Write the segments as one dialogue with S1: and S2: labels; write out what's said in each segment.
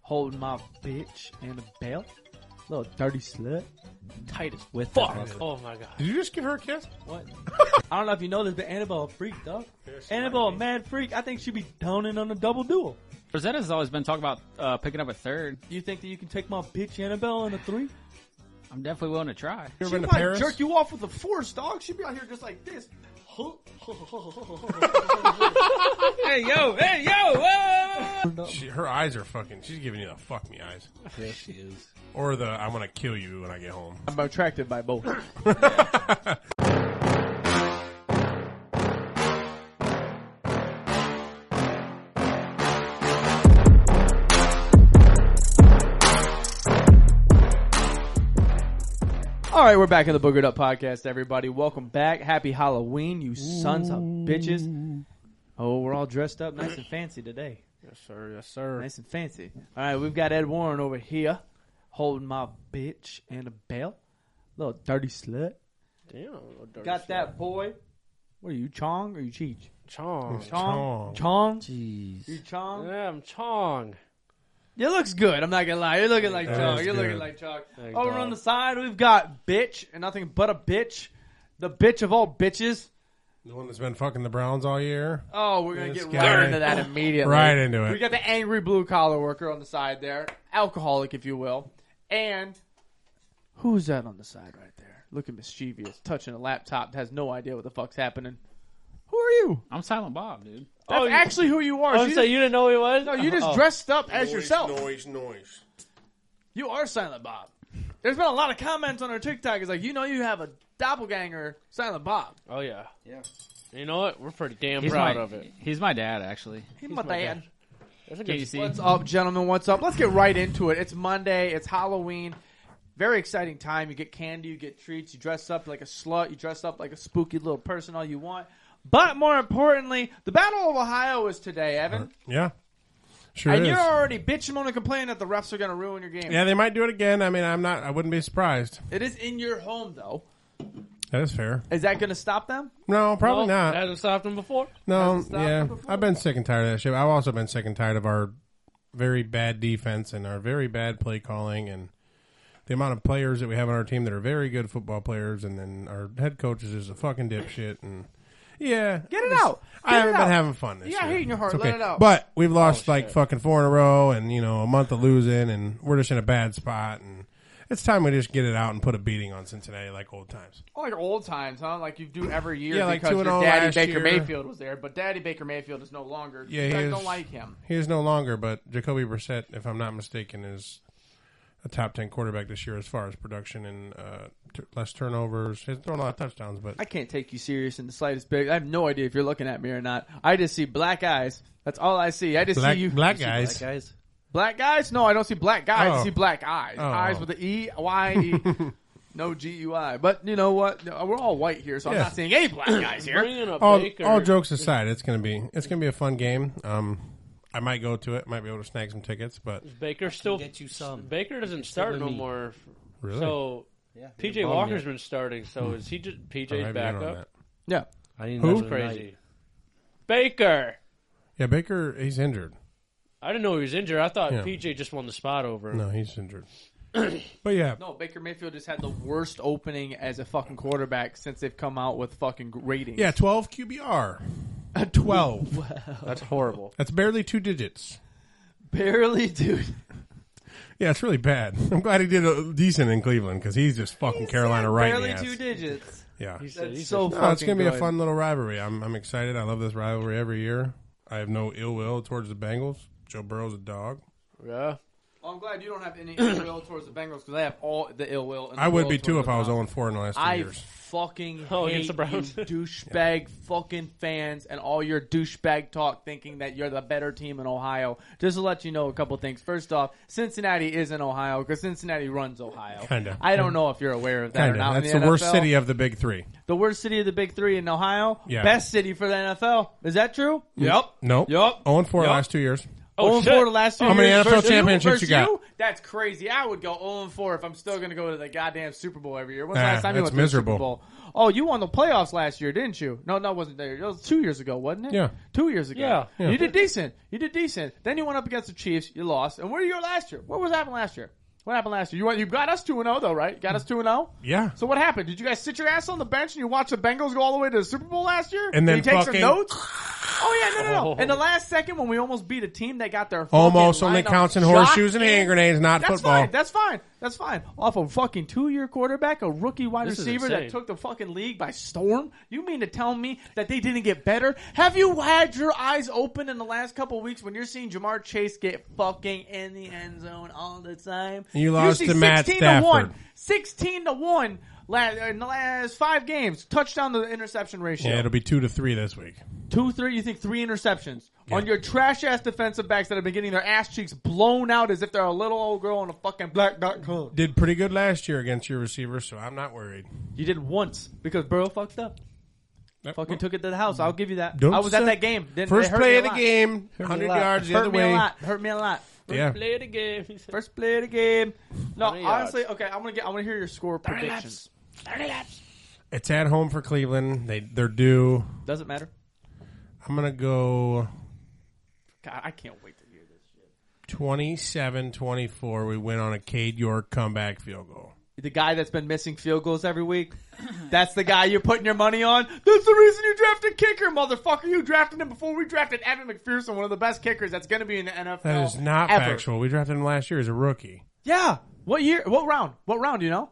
S1: holding my bitch in a belt. Little dirty slut.
S2: Tight as
S1: With
S2: fuck.
S1: that mother-
S2: Oh my god.
S3: Did you just give her a kiss?
S1: What? I don't know if you know this, but Annabelle a freak, dog. Annabelle a mad freak. I think she be downing on a double duel.
S4: Rosetta's always been talking about uh, picking up a third.
S1: You think that you can take my bitch Annabelle in a three?
S4: I'm definitely willing to try.
S3: You ever
S1: She
S3: been to
S1: might
S3: Paris?
S1: jerk you off with a force, dog. She be out here just like this.
S4: Hey yo, hey yo,
S3: She, her eyes are fucking. She's giving you the fuck me eyes,
S2: There she is.
S3: or the I'm gonna kill you when I get home.
S1: I'm attracted by both. All right, we're back in the Boogered Up podcast, everybody. Welcome back. Happy Halloween, you sons of bitches. Oh, we're all dressed up nice and fancy today.
S2: Yes, sir. Yes, sir.
S1: Nice and fancy. All right, we've got Ed Warren over here holding my bitch and a belt. Little dirty slut.
S2: Damn. a dirty
S1: Got
S2: slut.
S1: that boy. What are you, Chong or you Cheech?
S2: Chong.
S1: Chong.
S3: Chong.
S1: Chong.
S4: Jeez.
S1: You Chong.
S2: Yeah, I'm Chong.
S1: You looks good. I'm not gonna lie. You're looking like
S3: That
S1: Chong.
S3: is
S1: You're looking
S3: good.
S1: like Chong.
S2: Thank
S1: Over
S2: God.
S1: on the side, we've got bitch and nothing but a bitch. The bitch of all bitches.
S3: The one that's been fucking the Browns all year.
S1: Oh, we're gonna
S3: This
S1: get
S3: guy.
S1: right into that immediately.
S3: Right into
S1: We
S3: it.
S1: got the angry blue collar worker on the side there, alcoholic, if you will, and who's that on the side right there, looking mischievous, touching a laptop, has no idea what the fuck's happening. Who are you?
S4: I'm Silent Bob, dude.
S1: That's
S2: Oh, you-
S1: actually who you are.
S2: Oh,
S1: you
S2: so
S1: just,
S2: you didn't know who he was?
S1: no, you just
S2: Oh.
S1: dressed up as yourself.
S3: Noise, noise.
S1: You are Silent Bob. There's been a lot of comments on our TikTok. It's like you know you have a doppelganger, Silent Bob.
S2: Oh yeah. Yeah. You know what? We're pretty damn
S4: He's
S2: proud
S4: my,
S2: of it.
S4: He's my dad, actually.
S1: He's
S2: my dad. That's a
S4: Can
S2: good-
S4: you see?
S1: What's up, gentlemen? What's up? Let's get right into it. It's Monday. It's Halloween. Very exciting time. You get candy, you get treats, you dress up like a slut, you dress up like a spooky little person, all you want. But more importantly, the Battle of Ohio is today, Evan.
S3: Yeah, sure
S1: And
S3: Uh, is.
S1: you're already bitching on and complaining that the refs are going to ruin your game.
S3: Yeah, they might do it again. I mean, I'm not. I wouldn't be surprised.
S1: It is in your home, though.
S3: That is fair.
S1: Is that going to stop them?
S3: No, probably
S2: Well,
S3: not.
S2: Hasn't stopped him before.
S3: No,
S1: Hasn't stopped
S3: yeah,
S1: them before.
S3: I've been sick and tired of that shit. I've also been sick and tired of our very bad defense and our very bad play calling and the amount of players that we have on our team that are very good football players, and then our head coach is just a fucking dipshit. And yeah,
S1: Get it
S3: Just-
S1: out. Get
S3: I haven't
S1: it
S3: been
S1: out.
S3: having fun. This
S1: You got
S3: year.
S1: hate in your heart.
S3: It's
S1: Let it out.
S3: But we've lost
S2: Oh,
S3: like
S2: shit.
S3: fucking four in a row, and you know a month of losing, and we're just in a bad spot. And it's time we just get it out and put a beating on Cincinnati like old times.
S1: Oh, like old times, huh? Like you do every year
S3: Yeah, like
S1: because
S3: 2-0
S1: your daddy
S3: last
S1: Baker
S3: year.
S1: Mayfield was there, but daddy Baker Mayfield is no longer.
S3: Yeah, he
S1: I
S3: is-
S1: don't like him.
S3: He is no longer, but Jacoby Brissett, if I'm not mistaken, is a top ten quarterback this year as far as production and uh, t- less turnovers. He's thrown a lot of touchdowns, but
S1: I can't take you serious in the slightest bit. I have no idea if you're looking at me or not. I just see black eyes. That's all I see. I just
S3: black,
S1: see you.
S3: black
S1: you see
S3: guys.
S2: guys.
S1: Black guys? No, I don't see black guys. I
S3: Oh.
S1: see black eyes.
S3: Oh.
S1: Eyes with a E, Y, E. no G U I. But you know what? No, We're all white here, so I'm
S3: Yeah.
S1: not seeing any black guys here.
S2: Bringing up
S3: All,
S2: Baker.
S3: all jokes aside, it's gonna be it's gonna be a fun game. Um, I might go to it. Might be able to snag some tickets, but
S2: Baker still
S5: get you some.
S2: Baker doesn't start
S5: with
S2: no
S5: me.
S2: more.
S3: Really?
S2: So
S5: Yeah.
S2: PJ
S5: Bum
S2: Walker's
S5: yet.
S2: been starting. So is he just
S3: I might
S2: PJ's
S3: be
S2: back
S3: in on
S2: up?
S3: that.
S1: Yeah.
S5: I didn't
S3: Who?
S5: know tonight.
S2: Crazy. Baker.
S3: Yeah, Baker, he's injured.
S2: I didn't know he was injured. I thought
S3: Yeah.
S2: PJ just won the spot over. him.
S3: No, he's injured. but yeah,
S1: No, Baker Mayfield just had the worst opening as a fucking quarterback since they've come out with fucking ratings.
S3: yeah, twelve QBR. Twelve.
S2: That's horrible.
S3: That's barely two digits.
S1: Barely, dude.
S3: Yeah, it's really bad. I'm glad he did a decent in Cleveland because he's just fucking Carolina right in the
S1: uh, Barely
S3: ass.
S1: two digits.
S3: Yeah.
S2: He said
S1: That's
S2: he's
S1: so
S2: just-
S3: No, it's
S1: fucking
S3: gonna be a
S1: good.
S3: fun little rivalry. I'm I'm excited. I love this rivalry every year. I have no ill will towards the Bengals. Joe Burrow's a dog.
S2: yeah.
S1: Well, I'm glad you don't have any ill will towards the Bengals because I have all the ill will. And the
S3: I would
S1: will
S3: be too
S1: towards
S3: if I was
S1: the Browns.
S3: 0 4 in the last two
S1: I
S3: years.
S1: fucking
S2: Oh,
S1: hate
S2: against the Browns.
S1: you douchebag fucking fans and all your douchebag talk thinking that you're the better team in Ohio. Just to let you know a couple things. First off, Cincinnati is in Ohio because Cincinnati runs Ohio.
S3: Kinda.
S1: I don't know if you're aware of that or
S3: Kinda.
S1: not. in
S3: That's the, worst
S1: NFL.
S3: city of the big three.
S1: The worst city of the big three in Ohio.
S3: Yeah.
S1: Best city for the NFL. Is that true? Yep.
S3: Nope.
S1: Yup.
S3: 0 4
S1: Yup.
S3: last two years.
S2: Oh,
S1: 0
S2: shit.
S1: 4 the last two
S3: How many
S1: years
S3: NFL
S1: versus
S3: championships
S1: versus
S3: you got?
S1: That's crazy. I would go 0 4 if I'm still going to go to the goddamn Super Bowl every year. When's
S3: Nah,
S1: the last time you
S3: that's
S1: went to the Super
S3: miserable.
S1: Bowl? Oh, you won the playoffs last year, didn't you? No, no, it wasn't there. It was two years ago, wasn't it?
S3: Yeah.
S1: Two years ago.
S2: Yeah.
S3: Yeah.
S1: You did decent. You did decent. Then you went up against the Chiefs. You lost. And where were you last year? What was happening last year? What happened last year? You went, you got us 2 0 though, right? You got us oh? 2 0?
S3: Yeah.
S1: So what happened? Did you guys sit your ass on the bench and you watch the Bengals go all the way to the Super Bowl last year?
S3: And then
S1: Did you take some
S3: fucking-
S1: notes? Oh yeah, no, no, no. In the last second when we almost beat a team that got their fucking
S3: Almost only
S1: lineup
S3: counts in
S1: shot
S3: horseshoes and hand grenades, not
S1: That's
S3: football.
S1: fine. That's fine. That's fine. Off a fucking two-year quarterback, a rookie wide
S2: This is
S1: receiver that
S2: insane.
S1: took the fucking league by storm. You mean to tell me that they didn't get better? Have you had your eyes open in the last couple weeks when you're seeing Jamar Chase get fucking in the end zone all the time?
S3: You lost
S1: see
S3: to Matt
S1: 16
S3: Stafford.
S1: To 1, 16 to 1 la- in the last five games. Touchdown to interception ratio.
S3: Yeah, it'll be two to three this week.
S1: Two, three, you think three interceptions on your trash ass defensive backs that have been getting their ass cheeks blown out as if they're a little old girl on a fucking black dot com.
S3: Did pretty good last year against your receivers, so I'm not worried.
S1: You did once because Burrow fucked up. Fucking took it to the house. I'll give you that.
S3: Don't
S1: I was
S3: say-
S1: at that game. Didn't, it
S3: First
S1: hurt
S3: play
S1: me a
S3: of the
S1: lot.
S3: game,
S1: Hurt me a
S3: 100
S1: lot.
S3: yards the
S1: hurt
S3: other
S1: me
S3: way.
S1: a lot. Hurt me a lot.
S3: Yeah.
S2: Play the game. He said,
S1: First play of the game. No,
S2: 100 yards.
S1: honestly, okay. I'm gonna get. I want to hear your score predictions.
S3: It's at home for Cleveland. They they're due.
S1: Doesn't matter.
S3: I'm gonna go
S1: God, I can't wait to hear this.
S3: 27-24. We win on a Cade York comeback field goal.
S1: The guy that's been missing field goals every week. That's the guy you're putting your money on. That's the reason you drafted kicker, motherfucker. You drafted him before we drafted Evan McPherson, one of the best kickers that's going to be in the NFL.
S3: That is not
S1: ever.
S3: factual. We drafted him last year as a rookie.
S1: Yeah. What year? What round? What round? Do you know?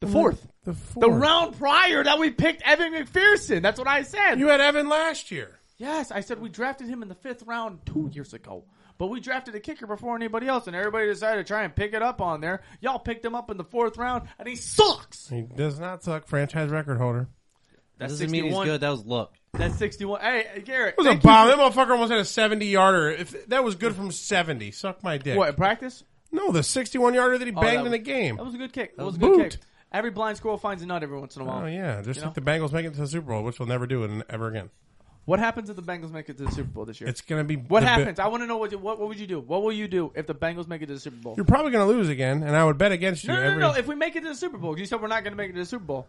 S1: The fourth.
S3: The fourth.
S1: The round prior that we picked Evan McPherson. That's what I said.
S3: You had Evan last year.
S1: yes, I said we drafted him in the fifth round two years ago. But we drafted a kicker before anybody else, and everybody decided to try and pick it up on there. Y'all picked him up in the fourth round, and he sucks.
S3: He does not suck. Franchise record holder.
S1: That's
S4: doesn't mean he's good. That was luck.
S1: That's sixty-one. Hey, Garrett,
S3: It was
S1: thank
S3: a
S1: you
S3: bomb.
S1: for-
S3: That motherfucker almost had a 70 yarder. If that was good from 70, suck my dick.
S1: What in practice?
S3: No, the 61 yarder that he banged
S1: that
S3: in
S1: was-
S3: the game.
S1: That was a good kick. That was
S3: was
S1: a good
S3: boot.
S1: kick. Every blind squirrel finds a nut every once in a while.
S3: Oh yeah, just
S1: You
S3: like the Bengals making it to the Super Bowl, which they'll never do it ever again.
S1: What happens if the Bengals make it to the Super Bowl this year?
S3: It's gonna be
S1: What
S3: the bi-
S1: happens? I want to know what, you- what what would you do? What will you do if the Bengals make it to the Super Bowl?
S3: You're probably gonna lose again, and I would bet against you.
S1: No, no, no,
S3: every,
S1: no. If we make it to the Super Bowl, you said we're not going to make it to the Super Bowl.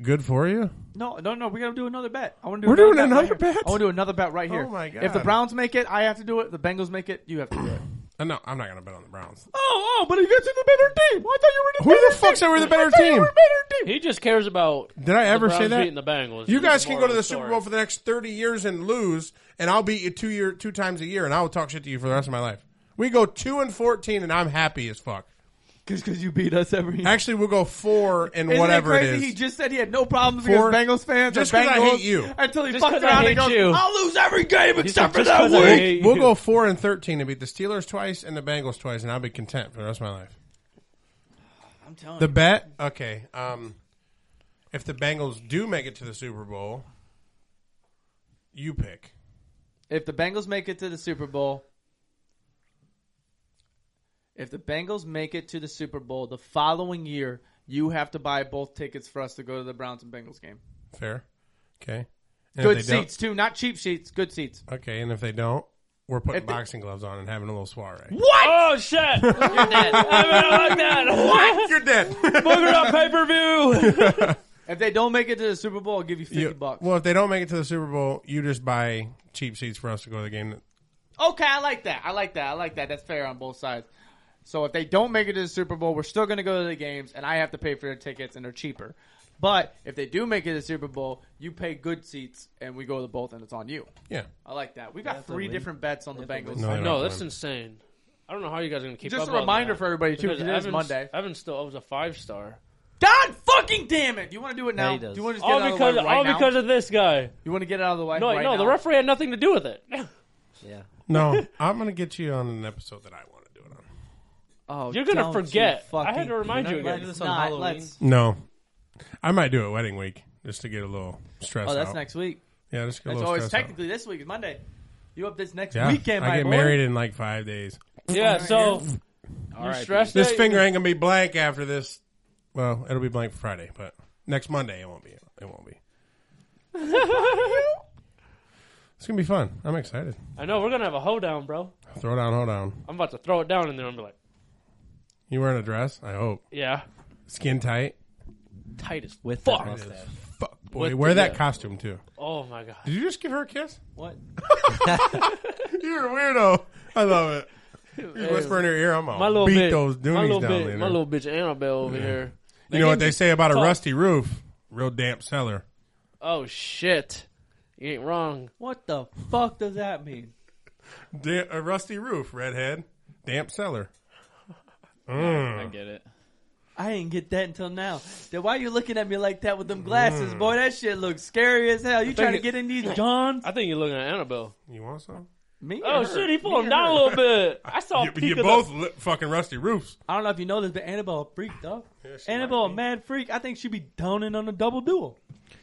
S3: Good for you.
S1: No, no, no. We're going to do another bet. I want to do.
S3: We're
S1: another
S3: doing another
S1: bet. right here.
S3: bet?
S1: I want to do another bet right here.
S3: Oh, my
S1: If the
S3: God.
S1: Browns make it, I have to do it. If the Bengals make it, you have to do it.
S3: Uh, no, I'm not gonna bet on the Browns.
S1: oh, oh! But you guys are the better team. I thought you were the
S3: Who the
S1: better
S3: fuck
S1: team.
S3: said we're the better
S1: I thought You
S3: team?
S1: were better team.
S2: He just cares about.
S3: Did I ever
S2: the Browns
S3: say that?
S2: Beating the Bengals.
S3: You
S2: It's
S3: guys
S2: the
S3: can go
S2: moral
S3: to
S2: of
S3: the Super
S2: story.
S3: Bowl for the next 30 years and lose, and I'll beat you two year two times a year, and I will talk shit to you for the rest of my life. We go two and 14, and I'm happy as fuck.
S1: Because you beat us every. year.
S3: Actually, we'll go four and
S1: Isn't
S3: whatever
S1: it
S3: it
S1: crazy? He
S3: is.
S1: just said he had no problems
S3: Four-
S1: against Bengals fans.
S3: Just
S1: or
S3: 'cause I
S1: Bengals
S3: hate you.
S1: until he
S2: Just
S1: fucks
S2: 'cause I
S1: around
S2: hate
S1: and goes,
S2: you.
S1: "I'll lose every game except for
S2: just
S1: that
S2: 'cause I
S1: week."
S2: hate you.
S3: we'll go four and 13 and beat the Steelers twice and the Bengals twice, and I'll be content for the rest of my life.
S1: I'm telling
S3: The bet, okay. Um, if the Bengals do make it to the Super Bowl, you pick.
S1: If the Bengals make it to the Super Bowl, if the Bengals make it to the Super Bowl the following year, you have to buy both tickets for us to go to the Browns and Bengals game.
S3: Fair, okay. And
S1: Good
S3: if they don't-
S1: seats too, not cheap seats. Good seats.
S3: Okay, and if they don't, we're putting
S1: If they-
S3: boxing gloves on and having a little soiree.
S2: Oh shit! I mean, I like that.
S3: You're dead.
S2: Booger up pay per view.
S1: If they don't make it to the Super Bowl, I'll give you fifty bucks.
S3: well, if they don't make it to the Super Bowl, you just buy cheap seats for us to go to the game.
S1: Okay, I like that. I like that. I like that. That's fair on both sides. So if they don't make it to the Super Bowl, we're still going to go to the games, and I have to pay for their tickets, and they're cheaper. But if they do make it to the Super Bowl, you pay good seats, and we go to both, and it's on you.
S3: Yeah.
S1: I like that. We got three different bets on the Bengals.
S3: No, they don't.
S2: No, that's insane. I don't know how you guys are gonna keep up
S1: Just a
S2: on
S1: reminder
S2: that.
S1: for everybody, too,
S2: Because
S1: because it is
S2: Evans-
S1: Monday.
S2: Evans still owes a five star.
S1: God fucking damn it! Do you want to do it now?
S4: he
S1: do
S4: does.
S1: you want to just get
S2: All
S1: it out
S2: because,
S1: of the way right
S2: all
S1: now?
S2: because of this guy.
S1: you want to get it out of the way
S2: No,
S1: right
S2: no,
S1: now?
S2: the referee had nothing to do with it.
S4: Yeah.
S3: No, I'm gonna get you on an episode that I want to do it on.
S1: Oh,
S2: You're gonna
S1: don't
S2: forget.
S1: you
S2: I
S1: Fucking,
S2: had to remind you
S4: You're not
S2: again.
S4: This on
S1: Nah,
S4: Halloween.
S1: let's-
S3: No, I might do it wedding week just to get a little stress.
S1: Oh, that's
S3: out.
S1: next week.
S3: Yeah, just get a
S1: That's
S3: little
S1: always
S3: stress out.
S1: technically this week is Monday. You up this next
S3: Yeah,
S1: weekend?
S3: I
S1: my
S3: get
S1: boy.
S3: married in like five days.
S2: Yeah, so
S4: All right.
S2: stressed.
S3: This
S2: out.
S3: finger ain't gonna be blank after this. Well, it'll be blank Friday, but next Monday it won't be. It won't be. It's gonna be fun. I'm excited.
S6: I know we're gonna have a hoedown, bro.
S3: Throw down, hold down.
S6: I'm about to throw it down in there and be like,
S3: You wearing a dress? I hope.
S6: yeah,
S3: Skin tight.
S6: tight as
S4: With
S6: fuck.
S4: that mustache.
S3: Fuck boy,
S6: With
S3: wear
S6: the-
S3: that
S6: yeah.
S3: costume too.
S6: Oh my god.
S3: Did you just give her a kiss?
S4: What?
S3: You're a weirdo. I love it. You whisper in her ear. I'm
S6: My little
S3: gonna beat
S6: bitch,
S3: those doonies
S6: my little
S3: down
S6: bitch,
S3: later.
S6: my little bitch Annabelle over here.
S3: you know what they
S6: Again,
S3: say about a
S6: talk.
S3: rusty roof? Real damp cellar.
S6: Oh shit, you ain't wrong.
S1: What the fuck does that mean?
S3: Da- a rusty roof, redhead. Damp cellar.
S5: I get it.
S1: I didn't get that until now. Then why you looking at me like that with them glasses, boy? That shit looks scary as hell. You trying to
S6: it-
S1: get in these johns?
S6: I think you're looking at Annabelle.
S3: You want some?
S1: Me? or
S6: Oh
S1: her?
S6: shit, he
S1: Me or
S6: pulled him down
S1: her?
S6: a little bit. I saw a
S3: You,
S6: peek
S3: you
S6: of the-
S3: both li- fucking rusty roofs.
S1: I don't know if you know this, but Annabelle a freak though.
S3: she
S1: Annabelle a mad freak. I think she'd be downing on a double duel.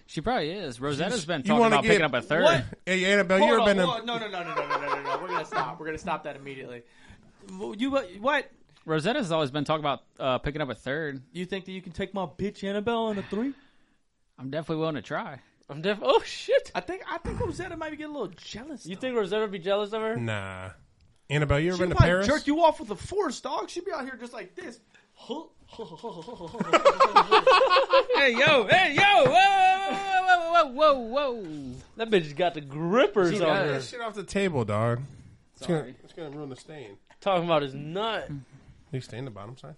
S5: She probably is. Rosetta's been
S3: you
S5: talking
S3: wanna
S5: about
S3: get-
S5: picking up a third.
S1: What?
S3: Hey Annabelle, you ever
S1: Hold on,
S3: been?
S1: hold
S3: To,
S1: on. No, no, no, no, no, no, no, no, no. We're gonna stop. We're gonna stop that immediately. You what? what?
S5: Rosetta's always been talking about uh, picking up a third.
S1: You think that you can take my bitch Annabelle on a three?
S5: I'm definitely willing to try.
S6: I'm def- Oh shit.
S1: I think I think Rosetta might be getting a little jealous.
S6: You think Rosetta would be jealous of her?
S3: nah. Annabelle, you ever
S1: She
S3: been to
S1: might
S3: Paris?
S1: jerk you off with a force, dog. She'd be out here just like this.
S5: Hey yo, hey yo, whoa, whoa, whoa, whoa, whoa, whoa.
S6: That bitch got the grippers
S5: She
S6: on
S5: does.
S6: her.
S3: Get that shit off the table, dog. It's gonna,
S5: Sorry.
S3: it's gonna ruin the stain.
S6: Talking about his nut.
S5: Mm.
S3: You stain the bottom side.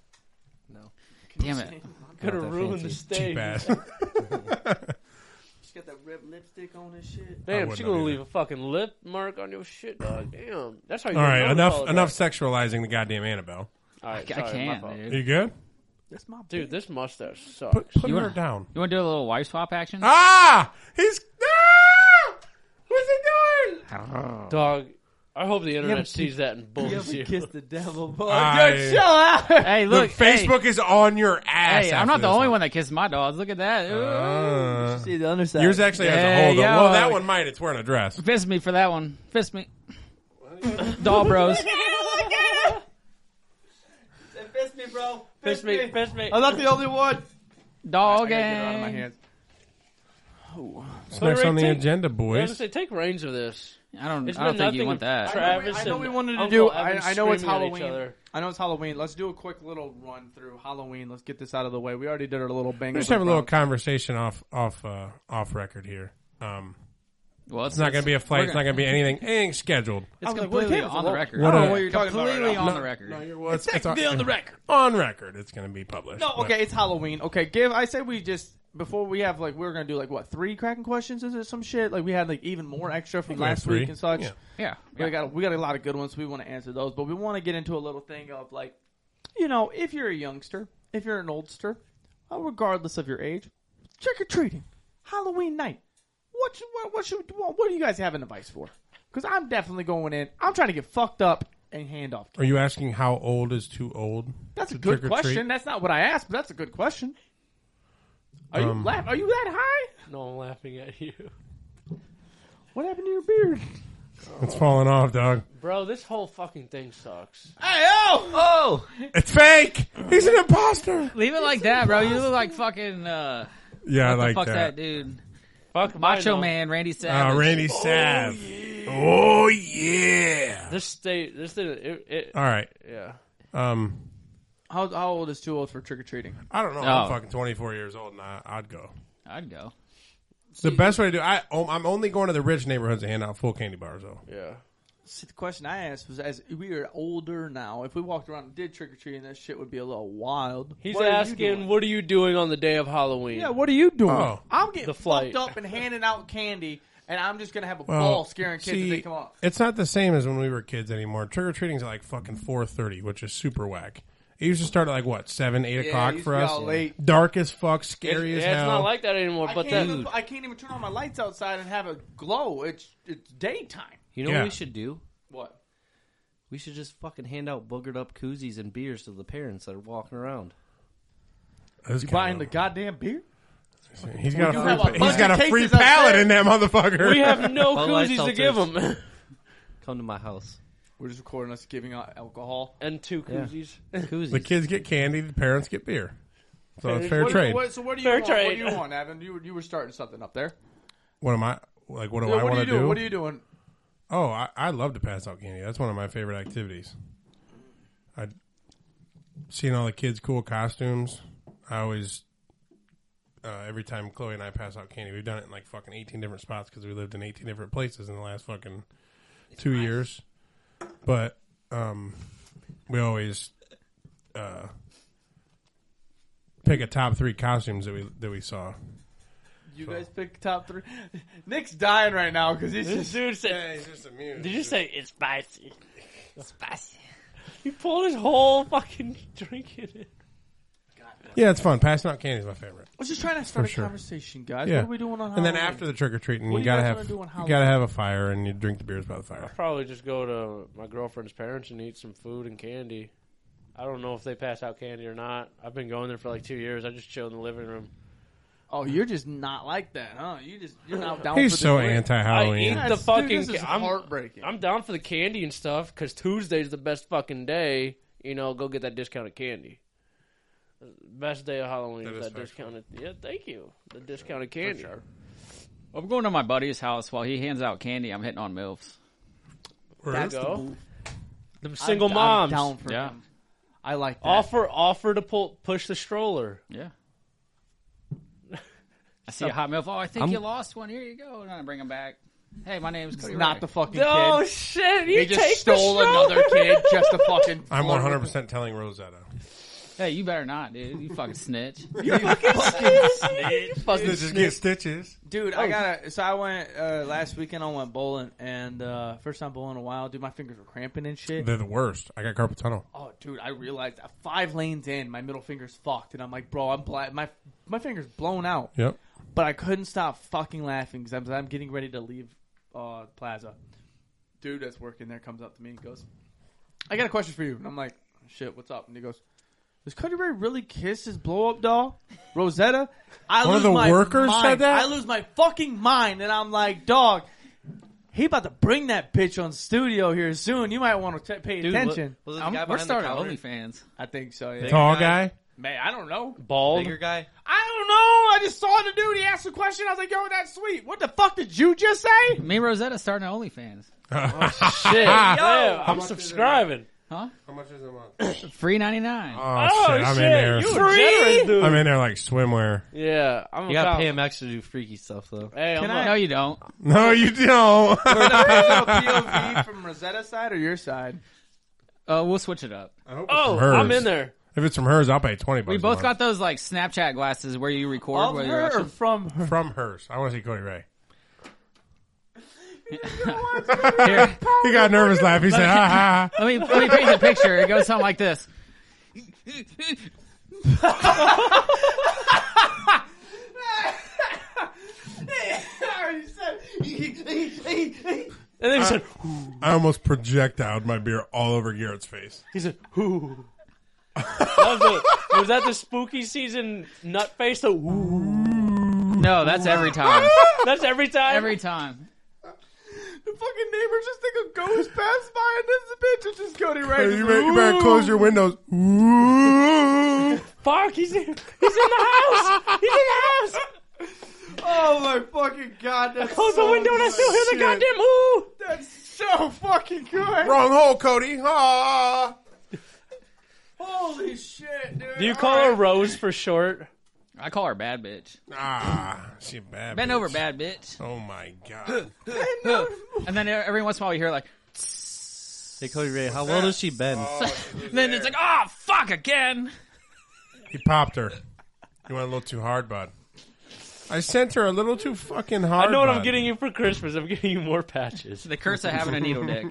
S5: Damn it.
S6: Could
S4: that
S6: have ruined the
S5: fancy.
S6: stage.
S3: Cheap ass.
S1: She got that red lipstick on and shit.
S6: Damn,
S3: wouldn't
S6: she
S3: have
S6: gonna
S3: either.
S6: leave a fucking lip mark on your shit, dog. Damn, that's how you.
S3: All right,
S6: get
S3: enough
S6: noticed,
S3: enough
S6: dog.
S3: sexualizing the goddamn
S6: All
S3: Annabelle.
S5: I, I
S6: right, sorry, my fault.
S5: can't, dude.
S3: You good?
S1: That's my
S6: Dude,
S1: dude.
S6: this mustache sucks.
S3: Put, put
S5: You
S3: her
S5: wanna-
S3: down.
S5: You want to do a little wife swap action?
S3: Ah, he's no. What's he doing?
S6: Dog, I hope the internet
S1: but-
S6: sees that and
S1: You
S6: bullies
S1: ever
S6: you.
S1: kiss the devil, boy?
S3: I-
S1: Yo, chill out.
S5: Hey, look,
S3: Look, Facebook is on your ass.
S5: Hey, hey I'm not the only one that kissed my dogs. Look at that. Ooh.
S3: Uh,
S1: See the underside.
S3: yours actually has a
S5: Hey,
S3: hold. up.
S5: yo.
S3: Well, that one might. It's wearing a dress.
S5: Fist me for that one. Fist me. Doll bros.
S1: Fist me, bro.
S6: Fist me, fist me.
S1: I'm not the only one.
S5: Dog gang.
S1: hands.
S3: It's
S6: Put it
S3: next
S6: right
S3: on the
S6: there.
S3: agenda,
S6: I was gonna
S3: boys.
S6: say, take range of this.
S5: I don't,
S6: It's
S5: I don't
S6: been
S5: think you
S6: nothing
S5: want
S6: but
S5: that.
S6: Travis
S1: I know
S6: and
S1: we wanted to
S6: Uncle
S1: do.
S6: Evan
S1: I, I know it's
S6: screaming at each
S1: Halloween.
S6: other.
S1: I know it's Halloween. Let's do a quick little run through Halloween. Let's get this out of the way. We already did our little bang.
S3: We're just
S1: over
S3: having a little
S1: the
S3: conversation off off uh, off record here. Um,
S5: Well,
S3: it's not going to be a flight. It's not
S5: we're
S3: going to be anything anything scheduled.
S5: It's
S1: like, what
S5: completely
S1: game is it?
S5: on the record.
S1: I
S3: What
S1: don't
S3: a-
S1: know what you're talking about.
S5: completely
S1: right now.
S5: on the record.
S3: you're well, it's,
S1: technically on the record.
S3: On record, it's going to be published.
S1: No,
S3: but-
S1: okay, it's Halloween. Okay, give. I say we just before we have like we are gonna do like what three cracking questions? Is it some shit? Like we had like even more extra from
S3: we had
S1: last
S3: three.
S1: week and such.
S3: Yeah.
S5: yeah.
S1: We got we got a lot of good ones. We want to answer those, but we want to get into a little thing of like, you know, if you're a youngster, if you're an oldster, uh, regardless of your age, trick or treating, Halloween night. What you, what what, should, what what do you guys have an advice for? Because I'm definitely going in. I'm trying to get fucked up and hand off.
S3: Are you asking how old is too old?
S1: That's a
S3: to
S1: good
S3: trick or treat?
S1: question. That's not what I asked, but that's a good question. Are you
S3: Um,
S1: laugh? Are you that high?
S6: No, I'm laughing at you,
S1: What happened to your beard?
S3: It's falling off, dog.
S6: bro. This whole fucking thing sucks.
S1: Hey, oh,
S5: Oh,
S3: It's fake. He's an imposter.
S5: leave it like that, bro. You look like fucking uh,
S3: Yeah, I
S5: what the
S3: like
S5: fuck
S3: that.
S5: that, dude.
S6: Fuck
S5: Macho
S6: mine, though.
S5: Man, Randy
S3: Uh,
S5: Savage.
S3: Randy Sav. Oh yeah.
S6: This state, this thing, it, it,
S3: All right.
S6: yeah.
S3: Um,
S1: how, how old is too old for trick or treating?
S3: I don't know. I'm
S5: Oh.
S3: fucking 24 years old, and I, I'd go.
S5: I'd go.
S3: It's the best way to do. I oh, I'm only going to the rich neighborhoods to hand out full candy bars though.
S6: Yeah.
S1: See, the question I asked was, as we are older now, if we walked around and did trick or treating, that shit would be a little wild.
S6: He's
S1: What are you
S6: asking,
S1: doing?
S6: what are you doing on the day of Halloween?
S1: yeah, what are you doing?
S3: Oh.
S1: I'm getting
S6: The flight.
S1: fucked up and handing out candy, and I'm just gonna have a
S3: Well,
S1: ball scaring kids
S3: see,
S1: as they come up.
S3: It's not the same as when we were kids anymore. Trick or treating's at like fucking 4:30, which is super whack. It used to start at like what seven, eight
S1: it
S3: o'clock
S1: used
S3: for
S1: to be
S3: us.
S1: all late.
S3: Dark as fuck,
S6: It-
S3: scary as
S6: yeah, it's
S3: hell.
S6: not like that anymore.
S1: I
S6: But
S1: can't,
S6: then,
S1: even, I can't even turn on my lights outside and have a glow. It's it's daytime.
S4: You know
S3: Yeah.
S4: what we should do?
S1: What?
S4: We should just fucking hand out boogered up koozies and beers to the parents that are walking around.
S3: That's
S1: You
S3: kinda-
S1: buying the goddamn beer?
S3: He's got
S1: do
S3: a
S1: have a
S3: free, he's
S1: bunch
S3: got
S1: of
S3: a free
S1: cases upstairs.
S3: pallet in that motherfucker.
S6: we have no
S4: Bud Light
S6: koozies to give
S4: seltzers.
S6: them,
S4: Come to my house.
S1: We're just recording us giving out alcohol.
S6: and two koozies.
S4: Koozies.
S3: the kids get candy, the parents get beer. So it's fair
S1: What-
S3: trade.
S1: what- so what do you
S6: Fair
S1: want? What
S6: trade.
S1: do you want, Evan? You, were- you were starting something up there.
S3: What am I? like what do
S1: Yeah, what are
S3: I want
S1: you
S3: to
S1: doing?
S3: do?
S1: What are you doing?
S3: Oh, I, I love to pass out candy. That's one of my favorite activities. I seeing all the kids' cool costumes. I always uh, every time Chloe and I pass out candy, we've done it in like fucking eighteen different spots because we lived in eighteen different places in the last fucking two years. But um, we always uh, pick a top three costumes that we that we saw.
S1: You guys pick top three. Nick's dying right now because he's
S2: This
S1: just.
S2: dude said,
S3: he's just amused.
S2: "Did you say it's spicy? It's spicy." He pulled his whole fucking drink in it.
S3: Yeah, it's fun. Passing out candy is my favorite.
S1: I was just trying to start a
S3: sure.
S1: conversation, guys.
S3: Yeah.
S1: What are we doing on
S3: And then
S1: Halloween?
S3: after the trick or treating,
S1: Oh. What
S3: you
S1: do you
S3: gotta
S1: guys
S3: have
S1: wanna do on
S3: you gotta have a fire and you drink the beers by the fire.
S6: Probably just go to my girlfriend's parents and eat some food and candy. I don't know if they pass out candy or not. I've been going there for like two years. I just chill in the living room.
S1: Oh, you're just not like that, huh? You just you're not down. for
S3: He's
S1: this
S3: so
S1: way.
S3: anti-Halloween.
S1: Guys,
S6: I The fucking
S1: dude, this is
S6: ca- I'm-
S1: heartbreaking.
S6: I'm down for the candy and stuff because Tuesday's the best fucking day. You know, go get that discounted candy. Best day of Halloween
S3: That
S6: is
S3: is
S6: that
S3: factual.
S6: discounted. Yeah, thank you. The discounted candy.
S5: I'm going to my buddy's house while he hands out candy. I'm hitting on milfs.
S1: That's
S6: go.
S1: the move.
S6: Them
S1: I'm-
S6: single
S1: I'm
S6: moms.
S1: down for
S5: Yeah.
S1: him. I like that.
S6: Offer, offer to pull, push the stroller.
S5: Yeah. I see a hot milf. Oh, I think you lost one. Here you go. And I bring him back. Hey, my name's Cody.
S1: It's not
S5: Ray.
S1: the fucking
S2: Oh
S1: kid.
S2: shit! You
S1: They
S2: take
S1: just stole
S2: the stroller.
S1: another kid just to fucking.
S3: I'm 100 percent telling Rosetta.
S5: Hey, you better not, dude. You fucking snitch.
S1: You fucking
S3: Let's just get stitches.
S1: Dude, I gotta. So I went uh, last weekend. I went bowling, and uh, first time bowling in a while. Dude, my fingers were cramping and shit.
S3: They're the worst. I got carpal tunnel.
S1: Oh, dude, I realized uh, five lanes in, my middle finger's fucked, and I'm like, bro, I'm black. My my finger's blown out.
S3: Yep.
S1: But I couldn't stop fucking laughing because I'm, I'm getting ready to leave uh, Plaza. Dude that's working there comes up to me and goes, I got a question for you. And I'm like, shit, what's up? And he goes, does Cody Ray really kiss his blow up doll, Rosetta? I
S3: One of
S1: lose
S3: the
S1: my
S3: workers
S1: mind.
S3: said that?
S1: I lose my fucking mind, and I'm like, dog, he about to bring that bitch on studio here soon. You might want to pay
S4: Dude,
S1: attention.
S4: wa- was it the
S5: I'm-
S4: guy
S5: we're
S4: behind the
S5: starting
S4: counter?
S5: OnlyFans.
S1: I think so. Yeah.
S3: Tall guy.
S1: Man, I don't know.
S6: Bald.
S4: Bigger guy.
S1: I don't know. I just saw the dude. He asked a question. I was like, "Yo, that's sweet." What the fuck did you just say?
S5: Me and Rosetta starting OnlyFans.
S6: Shit. Yeah,
S3: How
S6: I'm
S3: much is it?
S6: subscribing.
S5: Huh?
S3: How much is it a month? Oh,
S5: Free ninety nine.
S3: shit! I'm in there.
S6: Oh, You a generous dude.
S3: I'm in there like swimwear.
S6: yeah, I'm
S4: You
S6: a
S4: gotta
S6: cop.
S4: pay him extra to do freaky stuff though.
S6: Hey, I'm
S1: Can
S6: a-
S1: I-
S5: no, you don't.
S3: No, you don't.
S1: POV from Rosetta's side or your side?
S5: Uh, we'll switch it up.
S6: Oh, I'm in there.
S3: If it's from hers, I'll pay 20 bucks.
S5: We
S3: a
S5: both
S3: month.
S5: got those like Snapchat glasses where you record where you're actually-
S1: from her?
S3: from hers. I want to see Cody Ray.
S5: Here,
S3: He got nervous laugh. He said, "Ha ha."
S5: let me let me paint the picture. It goes something like this.
S6: And
S3: Uh,
S6: then he said,
S3: I almost projectiled my beer all over Garrett's face.
S6: he said, "Ooh." That was, the, was that the spooky season nut face? The ooh.
S5: No, that's every time.
S6: That's every time.
S5: Every time.
S1: the fucking neighbors just think a ghost passed by, and this bitch is just Cody Ray.
S3: Hey, you, better, you better close your windows. Ooh.
S6: Fuck, he's in, he's in the house. He's in the house.
S1: Oh my fucking god! That's
S6: Close the
S1: so
S6: window and I still hear the
S1: shit.
S6: goddamn ooh.
S1: That's so fucking good.
S3: Wrong hole, Cody. Ah.
S1: Holy shit, dude!
S6: Do you call her Rose for short?
S5: I call her bad bitch.
S3: Ah, she a bad.
S5: Bend
S3: bitch.
S5: over, bad bitch.
S3: Oh my god.
S5: And then e-, every once in a while you hear like,
S4: Hey Cody Ray, how well does she bend?
S5: and then it's like, oh fuck again.
S3: he popped her. You went a little too hard, bud. I sent her a little too fucking hard.
S6: I know what I'm
S3: bud.
S6: getting you for Christmas. I'm getting you more patches.
S5: The curse of having a needle dick.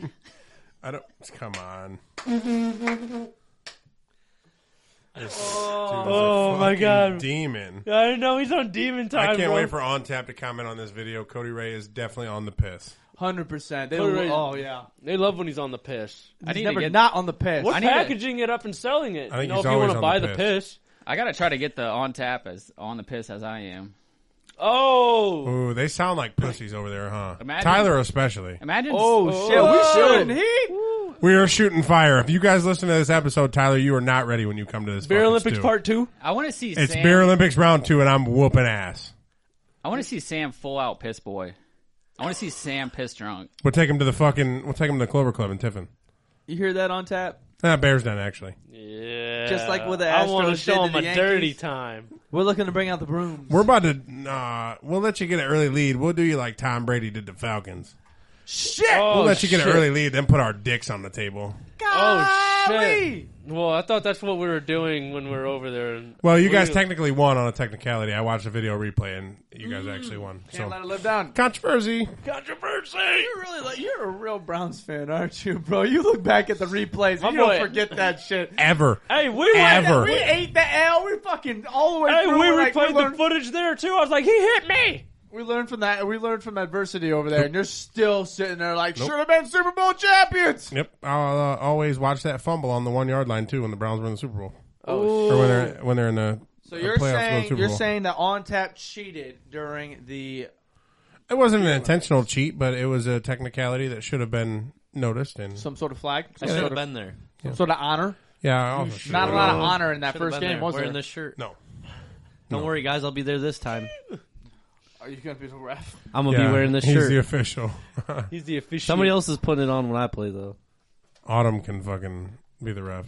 S3: I don't. Come on.
S6: Oh, my God.
S3: demon!
S6: I know he's on demon time.
S3: I can't
S6: bro.
S3: wait for On Tap to comment on this video. Cody Ray is definitely on the piss.
S1: Hundred percent. They
S6: Cody Ray-
S1: oh yeah.
S6: They love when he's on the piss.
S5: I need
S1: Never
S5: to get.
S1: not on the piss.
S6: We're
S5: I need to-
S6: packaging it up and selling it.
S3: I think
S6: you know,
S3: he's
S6: if you
S3: always
S6: want to
S3: on
S6: buy
S3: the
S6: the piss.
S3: piss.
S5: I gotta try to get the on tap as on the piss as I am.
S6: Oh,
S3: Ooh, they sound like pussies over there, huh?
S5: Imagine-
S3: Tyler especially.
S5: Imagine.
S1: Oh, shit, we shouldn't. He
S3: We are shooting fire. If you guys listen to this episode, Tyler, you are not ready when you come to this.
S6: Beer
S3: fucking
S6: Olympics
S3: stew.
S6: Part Two.
S5: I want to see.
S3: It's
S5: Sam,
S3: Beer Olympics round two, and I'm whooping ass.
S5: I want to see Sam full out piss boy. I want to see Sam piss drunk.
S3: We'll take him to the fucking. We'll take him to the Clover Club in Tiffin.
S1: You hear that on tap?
S3: Ah, Bears done actually.
S6: Yeah.
S1: Just like with the
S6: I wanna
S1: Astros
S6: show
S1: did to
S6: him
S1: the
S6: a
S1: Yankees.
S6: dirty time.
S1: We're looking to bring out the brooms.
S3: We're about to. Nah, we'll let you get an early lead. We'll do you like Tom Brady did the Falcons.
S1: shit.
S6: Oh,
S3: We'll let you get
S6: shit.
S3: an early lead, then put our dicks on the table.
S6: Oh,
S1: Golly.
S6: Well, I thought that's what we were doing when we were over there. And
S3: Well, you
S6: we-
S3: guys technically won on a technicality. I watched a video replay, and you guys
S6: Mm.
S3: actually won.
S1: Can't let
S3: So
S1: it live down.
S3: controversy.
S6: controversy.
S1: You're really like you're a real Browns fan, aren't you, bro? You look back at the replays, and you
S6: boy-
S1: don't forget that shit.
S3: Ever.
S6: Hey, we went.
S3: Ever.
S1: We ate the L. We fucking all the way
S6: Hey,
S1: through.
S6: we
S1: We're
S6: replayed
S1: like, we,
S6: the
S1: learned,
S6: footage there too. I was like, he hit me.
S1: we learned from that. We learned from adversity over there, and you're still sitting there like should have been Super Bowl champions.
S3: Yep. I'll uh, always watch that fumble on the one yard line too when the Browns win the Super Bowl
S6: Oh,
S3: or when they're when they're in the.
S1: So
S3: uh,
S1: you're
S3: playoffs for the
S1: saying
S3: Super
S1: you're
S3: Bowl.
S1: saying that on tap cheated during the
S3: it wasn't an intentional cheat, but it was a technicality that should have been noticed and
S1: some sort of flag,
S4: I
S1: some
S4: should
S1: sort
S4: have
S1: of,
S4: been there.
S1: some sort of honor.
S3: yeah. I also should
S1: Not a
S3: have-
S1: lot of honor in that
S4: Should
S1: first
S4: have been
S1: game,
S4: there.
S1: was
S4: Wearing
S1: there?
S4: this shirt.
S3: No.
S4: Don't worry, guys. I'll be there this time.
S1: Are Oh, you gonna be the ref?
S4: I'm gonna
S3: Yeah,
S4: be wearing this
S3: He's the
S4: shirt.
S3: official.
S6: he's the official.
S4: Somebody else is putting it on when I play, though.
S3: Autumn can fucking be the ref.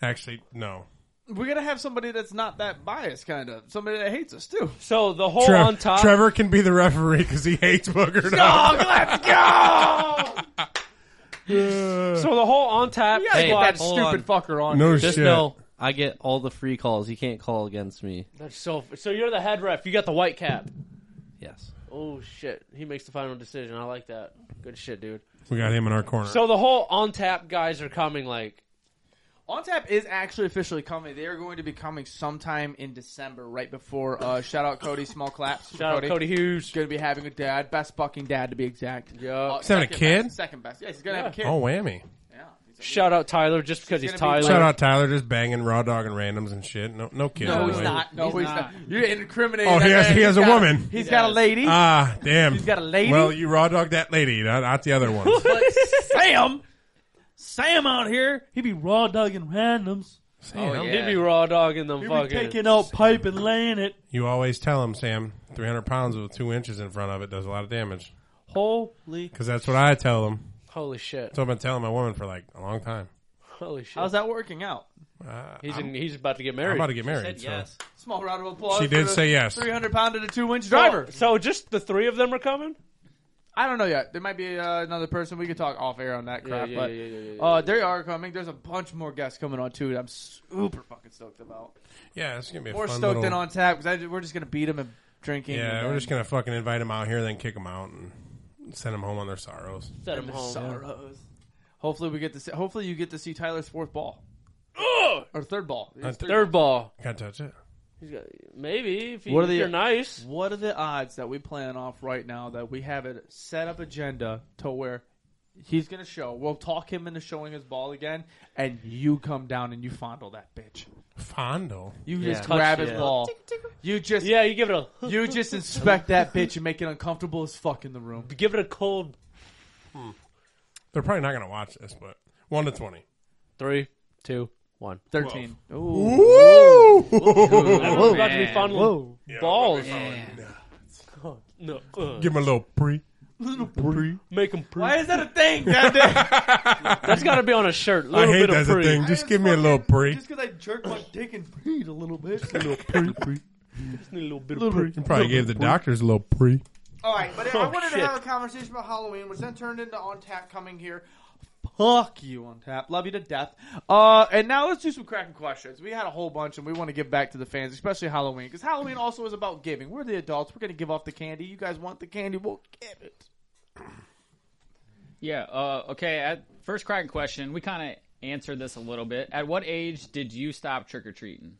S3: Actually, no.
S1: We're gonna have somebody that's not that biased, kind of somebody that hates us too.
S6: So the whole
S3: Trev-
S6: on top.
S3: Trevor can be the referee because he hates Booger.
S1: Oh, let's go!
S6: So the whole on tap.
S1: You gotta
S4: Hey,
S1: get that
S4: hold on.
S1: stupid fucker on.
S3: No
S4: Just
S3: shit.
S4: know I get all the free calls. You can't call against me.
S6: That's so. So you're the head ref. You got the white cap.
S4: Yes.
S6: Oh shit! He makes the final decision. I like that. Good shit, dude.
S3: We got him in our corner.
S6: So the whole on tap guys are coming. Like,
S1: On Tap is actually officially coming. They are going to be coming sometime in December, right before. Uh, shout out Cody, small claps. for
S6: shout out Cody Hughes.
S1: Going to be having a dad, best fucking dad to be exact.
S6: Yeah.
S1: Uh,
S3: He's having a
S1: second
S3: kid?
S1: best- second best. Yeah, he's gonna have a kid.
S3: oh whammy!
S1: Yeah. He's-
S6: Shout out Tyler, just because he's,
S1: He's gonna
S6: Tyler.
S1: be-
S3: Shout out Tyler, just banging raw dog and randoms and shit. No, no kid.
S1: No,
S3: by the
S1: he's
S3: way.
S1: not. No, he's,
S5: He's
S1: not.
S5: not.
S1: You're incriminating.
S3: Oh, he
S1: that
S3: has-
S1: man.
S3: he has
S1: He's
S3: a
S1: got-
S3: woman.
S1: He's got a lady.
S3: Ah, damn.
S1: He's got a lady? Oh,
S3: Well, you raw dog that lady, not, not the other one.
S1: but Sam, Sam out here, he be raw dogging randoms.
S3: Sam,
S5: Oh,
S6: He'd
S5: yeah.
S6: be raw dogging them
S1: He be
S6: fucking.
S1: taking out pipe and laying it.
S3: you always tell him, Sam, 300 pounds with two inches in front of it does a lot of damage.
S1: Holy.
S3: Because that's what I tell them.
S6: Holy shit!
S3: So I've been telling my woman for like a long time.
S6: Holy shit!
S1: How's that working out?
S3: Uh,
S6: He's
S3: I'm,
S6: in, he's about to get married.
S3: I'm about to get married. so.
S1: Small round of applause.
S3: She
S1: for
S3: did
S1: the
S3: say yes.
S1: 300 pound and a two inch
S6: So-
S1: driver.
S6: So, just the three of them are coming.
S1: I don't know yet. There might be uh, another person. We could talk off air on that crap.
S6: yeah,
S1: but
S6: yeah, yeah, yeah, yeah,
S1: uh, they are coming. There's a bunch more guests coming on too. That I'm super fucking stoked about.
S3: Yeah, it's going to be a
S1: More
S3: fun
S1: stoked
S3: little-
S1: than on tap because we're just gonna beat them and drinking.
S3: Yeah,
S1: and
S3: we're
S1: then-
S3: just going to fucking invite them out here, then kick them out and send them home on their sorrows.
S6: Set him
S1: and the
S6: home.
S1: sorrows. Hopefully we get to. See, hopefully you get to see Tyler's fourth ball
S6: Ugh!
S1: or third ball. His
S3: Uh,
S6: Third ball.
S3: Can't touch it.
S6: He's got, maybe if, he,
S1: What are
S6: if
S1: the-
S6: you're nice.
S1: What are the odds that we plan off right now that we have a set up agenda to where he's gonna show? We'll talk him into showing his ball again, and you come down and you fondle that bitch.
S3: Fondle.
S1: You
S4: Yeah.
S1: just
S4: Touch
S1: grab his
S4: it.
S1: ball. You just
S6: Yeah, you give it a
S1: you just inspect that bitch and make it uncomfortable as fuck in the room.
S6: give it a cold
S3: They're probably not going to watch this, but 1 to 20.
S6: three, two, one.
S1: Thirteen. Ooh.
S3: Woo!
S6: Everyone's about to be
S5: man.
S6: fondling balls. Oh, no, ugh.
S3: Give him a little pre.
S6: make them pre.
S1: Why is that a thing? goddamn?
S6: That's got to be on a shirt.
S3: I
S6: Little
S3: hate
S6: bit
S3: that
S6: of
S3: as a
S6: pre.
S3: thing. Just give me a little pre.
S1: Just because I jerk my dick and breed a little bit.
S6: Just need a little bit of
S1: Little
S6: pre.
S1: bit.
S3: You probably gave the doctors a little pre.
S1: All right, but I
S6: Oh,
S1: wanted
S6: shit.
S1: to have a conversation about Halloween, which then turned into On Tap coming here. Fuck you, On Tap. Love you to death. Uh, and now let's do some cracking questions. We had a whole bunch, and we want to give back to the fans, especially Halloween, because Halloween also is about giving. We're the adults. We're going to give off the candy. You guys want the candy? We'll give it.
S5: Yeah. Uh, okay. At first cracking question, we kind of answered this a little bit. At what age did you stop trick or treating?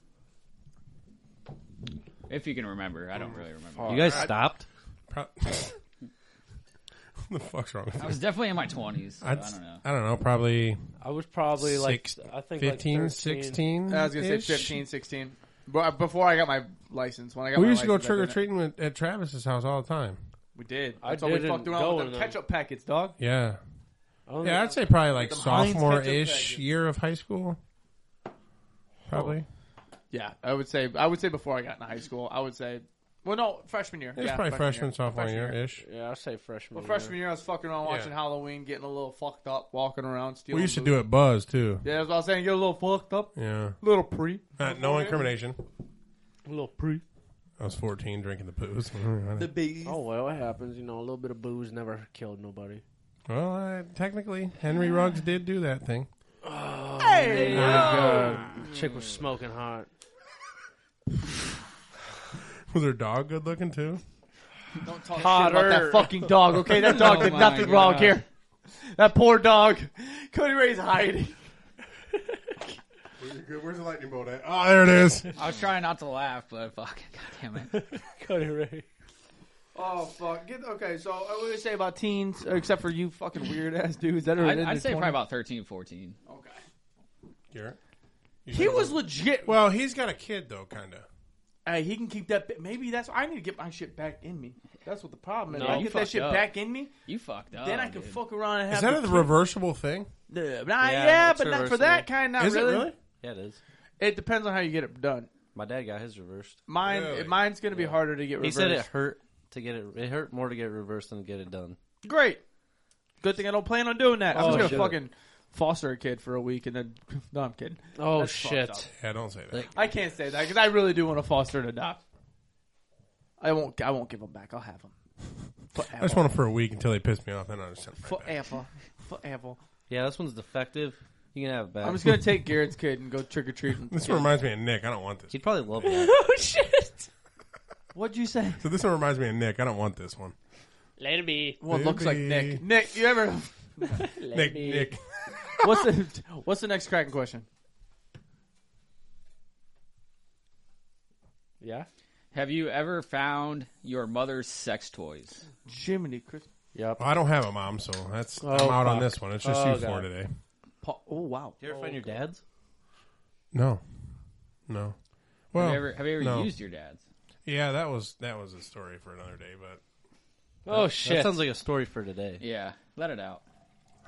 S5: If you can remember, I don't really remember.
S4: You guys stopped?
S3: Pro- what the fuck's wrong with
S5: I
S3: this?
S5: was definitely in my twenties. So I
S3: I'd-
S5: don't know.
S3: I don't know. Probably
S6: I was probably like
S3: six,
S6: I think
S3: 15,
S6: like 13.
S3: 16.
S1: I was going to
S3: -ish.
S1: say 15, 16. But before I got my license, when I got
S3: We
S1: my
S3: used to go
S1: license, I
S3: trick or
S1: didn't.
S3: treating with- at Travis's house all the time.
S1: We did.
S6: I
S1: That's all we
S6: didn't
S1: fucked around
S6: go
S1: with
S6: in
S1: them
S6: them.
S1: ketchup packets, dog.
S3: Yeah.
S6: I don't
S3: Yeah,
S6: know.
S3: I'd say probably like
S1: them Heinz
S3: sophomore
S1: ketchup
S3: ish
S1: packets.
S3: year of high school. Probably.
S1: Oh, Yeah, I would say I would say before I got in high school, I would say Well, no, freshman year.
S3: It was
S1: yeah,
S3: probably freshman,
S1: year.
S3: sophomore year ish.
S6: Yeah, I'll say freshman.
S1: Well,
S6: year.
S1: freshman year, I was fucking around watching
S3: Yeah.
S1: Halloween, getting a little fucked up, walking around, stealing.
S3: We used to do it Buzz too.
S1: Yeah, that's what I was saying. Get a little fucked up,
S3: Yeah.
S1: little pre.
S3: Not- no incrimination.
S6: A little pre.
S3: I was 14 drinking the booze.
S1: The bees.
S6: Oh well, it happens. You know, a little bit of booze never killed nobody.
S3: well, I, technically, Henry Ruggs did do that thing.
S1: Hey,
S6: Oh, God.
S3: Uh,
S6: Chick was smoking hot.
S3: Was her dog good looking too?
S1: don't talk shit
S2: Hotter.
S1: about that fucking dog. Okay, that dog
S5: Oh
S1: did
S5: my
S1: nothing wrong
S5: God.
S1: here. That poor dog. Cody Ray's hiding.
S3: Where's the lightning bolt at? Oh, there it is.
S5: I was trying not to laugh, but fucking goddamn it.
S6: Cody Ray.
S1: Oh fuck! Get, okay, so uh, what do you say about teens, uh, except for you fucking weird ass dudes that are?
S5: I'd,
S1: in
S5: I'd
S1: their
S5: say probably
S1: 20s?
S5: about 13, 14.
S1: Okay.
S3: Garrett.
S1: He was legit. Well,
S3: Well, he's got a kid though, kind of.
S1: hey, he can keep that. bit- Maybe that's. I need to get my shit back in me. That's what the problem is.
S5: No,
S1: If I
S5: you
S1: get that
S5: fucked
S1: shit
S5: up.
S1: back in me,
S5: You fucked up.
S1: then I can
S5: dude.
S1: fuck around and have.
S3: Is that
S1: the
S3: a
S1: kid.
S3: reversible thing?
S1: Nah, but I-
S4: Yeah,
S1: yeah,
S4: it's
S1: but not for that kind. Not
S3: Is it
S1: really.
S3: really?
S4: Yeah, it is.
S1: It depends on how you get it done.
S4: My dad got his reversed.
S1: Mine,
S3: Really?
S1: mine's gonna be harder to get
S4: He
S1: reversed.
S4: said it hurt to get it. It hurt more to get it reversed than to get it done.
S1: Great. Good thing I don't plan on doing that. I'm
S4: Oh,
S1: just gonna
S4: shit.
S1: fucking foster a kid for a week and then. No, I'm kidding.
S6: Oh
S1: That's fucked
S6: shit.
S1: up.
S3: Yeah, don't say that.
S4: Like-
S1: I can't say that because I really do want to foster and adopt. I won't. I won't give them back. I'll have them
S3: I just
S1: forever.
S3: want him for a week until he pissed me off. Then I'll just send him right back.
S1: Forever. Forever.
S4: Yeah, this one's defective. You can have it back.
S1: I'm just gonna take Garrett's kid and go trick or treating.
S3: This one reminds me of Nick. I don't want this.
S4: He'd probably love that.
S2: Oh shit!
S1: What'd you say?
S3: So this one reminds me of Nick. I don't want this one.
S2: Let it be.
S1: Well, it looks like
S3: Maybe.
S1: Nick. Nick, you ever?
S3: Nick, Nick.
S1: What's the What's the next cracking question?
S6: Yeah.
S5: Have you ever found your mother's sex toys?
S1: Jiminy Chris.
S6: Yep.
S3: Well, I don't have a mom, so that's I'm
S6: Oh,
S3: out on
S6: fuck.
S3: this one. It's just
S6: Oh,
S3: you four
S6: God.
S3: today.
S1: Paul. Oh wow.
S4: you ever find your dad's?
S3: No, no. Well,
S5: Have you ever, have you ever
S3: no.
S5: used your dad's?
S3: yeah, that was that was a story for another day. But
S6: Oh
S4: That
S6: shit.
S4: sounds like a story for today.
S5: Yeah, let it out.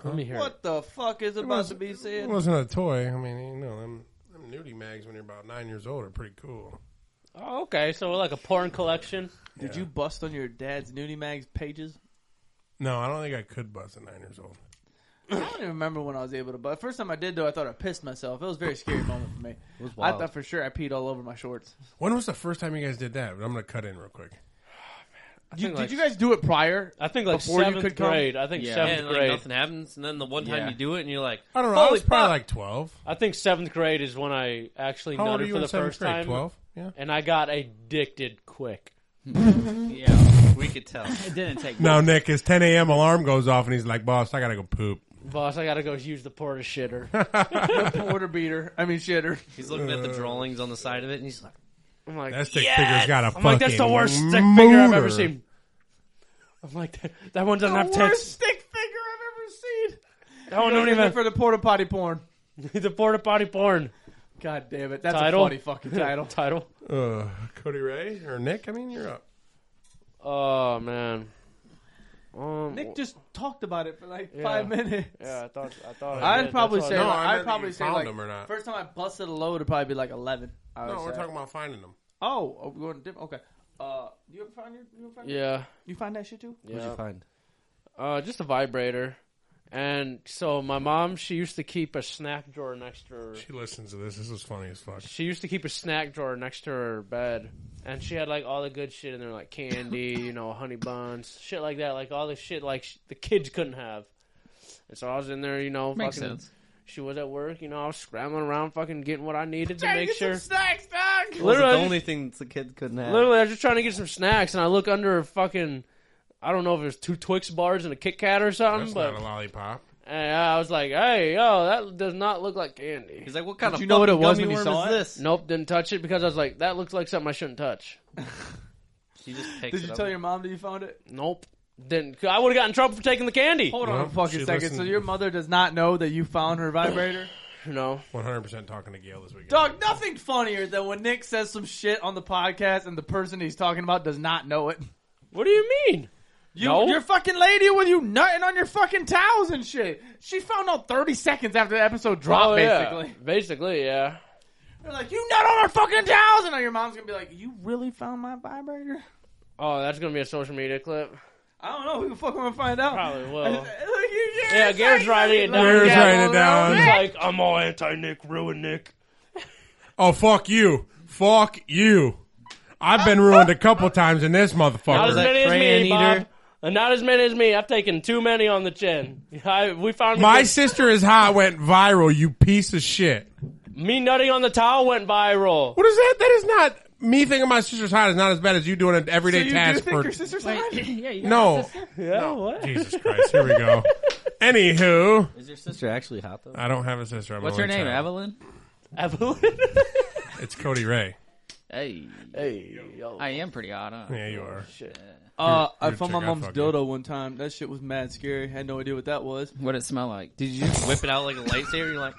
S6: Let me hear it.
S1: What the fuck is about to be
S3: it
S1: said?
S3: wasn't a toy. I mean, you know, them, them nudie mags when you're about nine years old are pretty cool.
S6: Oh, okay, so like a porn collection.
S1: Did you bust on your dad's nudie mags pages?
S3: No, I don't think I could bust at nine years old.
S1: I don't even remember when I was able to. But first time I did though, I thought I pissed myself. It was a very scary moment for me.
S4: It was
S1: I
S4: wild.
S1: thought for sure I peed all over my shorts.
S3: When was the first time you guys did that? I'm gonna cut in real quick.
S1: You,
S6: think,
S1: did
S6: like-
S1: you guys do it prior?
S6: I think like
S1: Before you
S6: seventh
S1: could come?
S6: grade. I think
S5: Yeah.
S6: seventh
S4: and like
S6: grade.
S4: nothing happens, and then the one time
S5: Yeah.
S4: you do it, and you're like,
S3: I don't know. I
S4: Holy
S3: was probably
S4: fuck.
S3: like twelve.
S6: I think seventh grade is when I actually
S3: How old are
S6: nutted
S3: you
S6: for
S3: in
S6: the
S3: seventh
S6: first
S3: grade?
S6: time,
S3: Twelve. Yeah.
S6: and I got addicted quick.
S5: Yeah,
S4: we could tell.
S5: it didn't take.
S3: No, Nick, his 10 a.m. alarm goes off, and he's like, "Boss, I gotta go poop."
S6: Boss, I gotta go use the porta shitter.
S1: Order beater. I mean shitter.
S4: He's looking at the drawings on the side of it, and he's like,
S6: I'm like,
S3: That stick
S6: "Yes!"
S3: figure's got a
S6: I'm like, that's the
S3: fucking
S6: worst stick figure I've ever
S3: motor.
S6: seen. I'm like, that, that one doesn't
S1: The
S6: have
S1: worst
S6: tits.
S1: stick figure I've ever seen.
S6: That one don't even
S1: for the porta potty porn.
S6: have the porta potty porn
S1: God damn it! That's
S6: Title?
S1: a funny fucking title.
S6: title.
S3: Uh, Cody Ray or Nick? I mean, you're up.
S6: Oh man. Um,
S1: Nick just talked about it for like
S6: Yeah.
S1: five minutes.
S6: yeah, I thought I thought
S1: I'd
S6: did. That's
S1: probably
S6: why I-
S1: say
S3: No,
S1: like,
S3: I meant
S1: I'd
S3: that
S1: probably
S3: you
S1: say
S3: found
S1: like
S3: them or not.
S1: first time I busted a load would probably be like eleven. I would
S3: No, we're
S1: say.
S3: talking about finding them.
S1: Oh, oh, we're going different. Okay. Uh, you ever find your? You ever find your-
S6: yeah,
S1: You find that shit too?
S4: "What'd
S6: yeah.
S4: you find?"
S6: Uh, just a vibrator. And so my mom, she used to keep a snack drawer next to her.
S3: She listens to this. This is funny as fuck.
S6: She used to keep a snack drawer next to her bed, and she had like all the good shit in there, like candy, you know, honey buns, shit like that, like all the shit like sh- the kids couldn't have. And so I was in there, you know,
S5: Makes
S6: fucking.
S5: sense.
S6: She was at work, you know. I was scrambling around, fucking getting what I needed to
S1: Trying to
S6: make
S1: get
S6: sure.
S1: some snacks, dog.
S4: Literally,
S6: Literally, I
S4: the
S6: just-
S4: only thing the kid couldn't have.
S6: Literally, I was just trying to get some snacks, and I look under her fucking. I don't know if it was two Twix bars and a Kit Kat or something,
S3: That's
S6: but
S3: not a lollipop.
S6: and uh, I was like, "Hey, yo, that does not look like candy."
S4: He's like, "What kind
S1: Did
S4: of
S1: you know what it
S4: fucking
S1: was
S4: gummy
S1: when you
S4: worm
S1: saw
S4: is
S1: it?
S4: this?"
S6: Nope, didn't touch it because I was like, "That looks like something I shouldn't touch."
S4: He just picks
S1: Did
S4: it
S1: you
S4: up.
S1: tell your mom that you found it?
S6: Nope, didn't. I would have gotten in trouble for taking the candy.
S1: Hold on
S3: Well,
S1: a fucking
S3: she
S1: second. So
S3: listened-
S1: your mother does not know that you found her vibrator?
S6: You know,
S3: 100 percent talking to Gail this weekend.
S1: Dog, nothing funnier than when Nick says some shit on the podcast and the person he's talking about does not know it.
S6: what do you mean?
S1: You,
S6: No.
S1: Your fucking lady with you nutting on your fucking towels and shit. She found out 30 seconds after the episode dropped,
S6: Oh, yeah,
S1: basically.
S6: basically, yeah.
S1: They're like, you not on our fucking towels, and your mom's gonna be like, you really found my vibrator?
S6: Oh, that's gonna be a social media clip.
S1: I don't know. Who the fuck gonna find out?
S6: Probably
S1: Like,
S6: will.
S1: you just-
S6: Yeah, Garrett's writing it down.
S3: Garrett's
S6: Yeah,
S3: writing it
S6: well,
S3: down.
S6: He's like, I'm all anti Nick, ruin Nick.
S3: Oh, fuck you. Fuck you. I've been ruined a couple times in this
S6: Not as
S4: Like
S3: motherfucker.
S6: many as
S4: crayon
S6: me, Bob.
S4: eater.
S6: And not as many as me. I've taken too many on the chin. I, we found
S3: My sister is hot went viral, you piece of shit.
S6: me nutting on the towel went viral.
S3: What is that? That is not me thinking my sister's hot is not as bad as you doing an
S1: So
S3: everyday
S1: you do
S3: task
S1: think
S3: for
S1: your sister's hot?
S5: yeah, you
S3: No.
S6: Yeah, what?
S3: Jesus Christ, here we go. Anywho,
S4: Is your sister actually hot though?
S3: I don't have a sister. I'm
S5: What's her
S3: only
S5: name?
S3: child.
S5: Evelyn.
S6: Evelyn.
S3: It's Cody Ray.
S5: Hey,
S6: hey, yo.
S5: I am pretty hot, huh?
S3: Yeah, you are.
S1: Uh, I
S3: You're a
S1: found my
S3: chick, I
S1: mom's
S3: fuck you.
S1: dildo one time. That shit was mad scary. had no idea what that was.
S5: What it smell like? Did you?
S4: Whip it out like a lightsaber. You're like,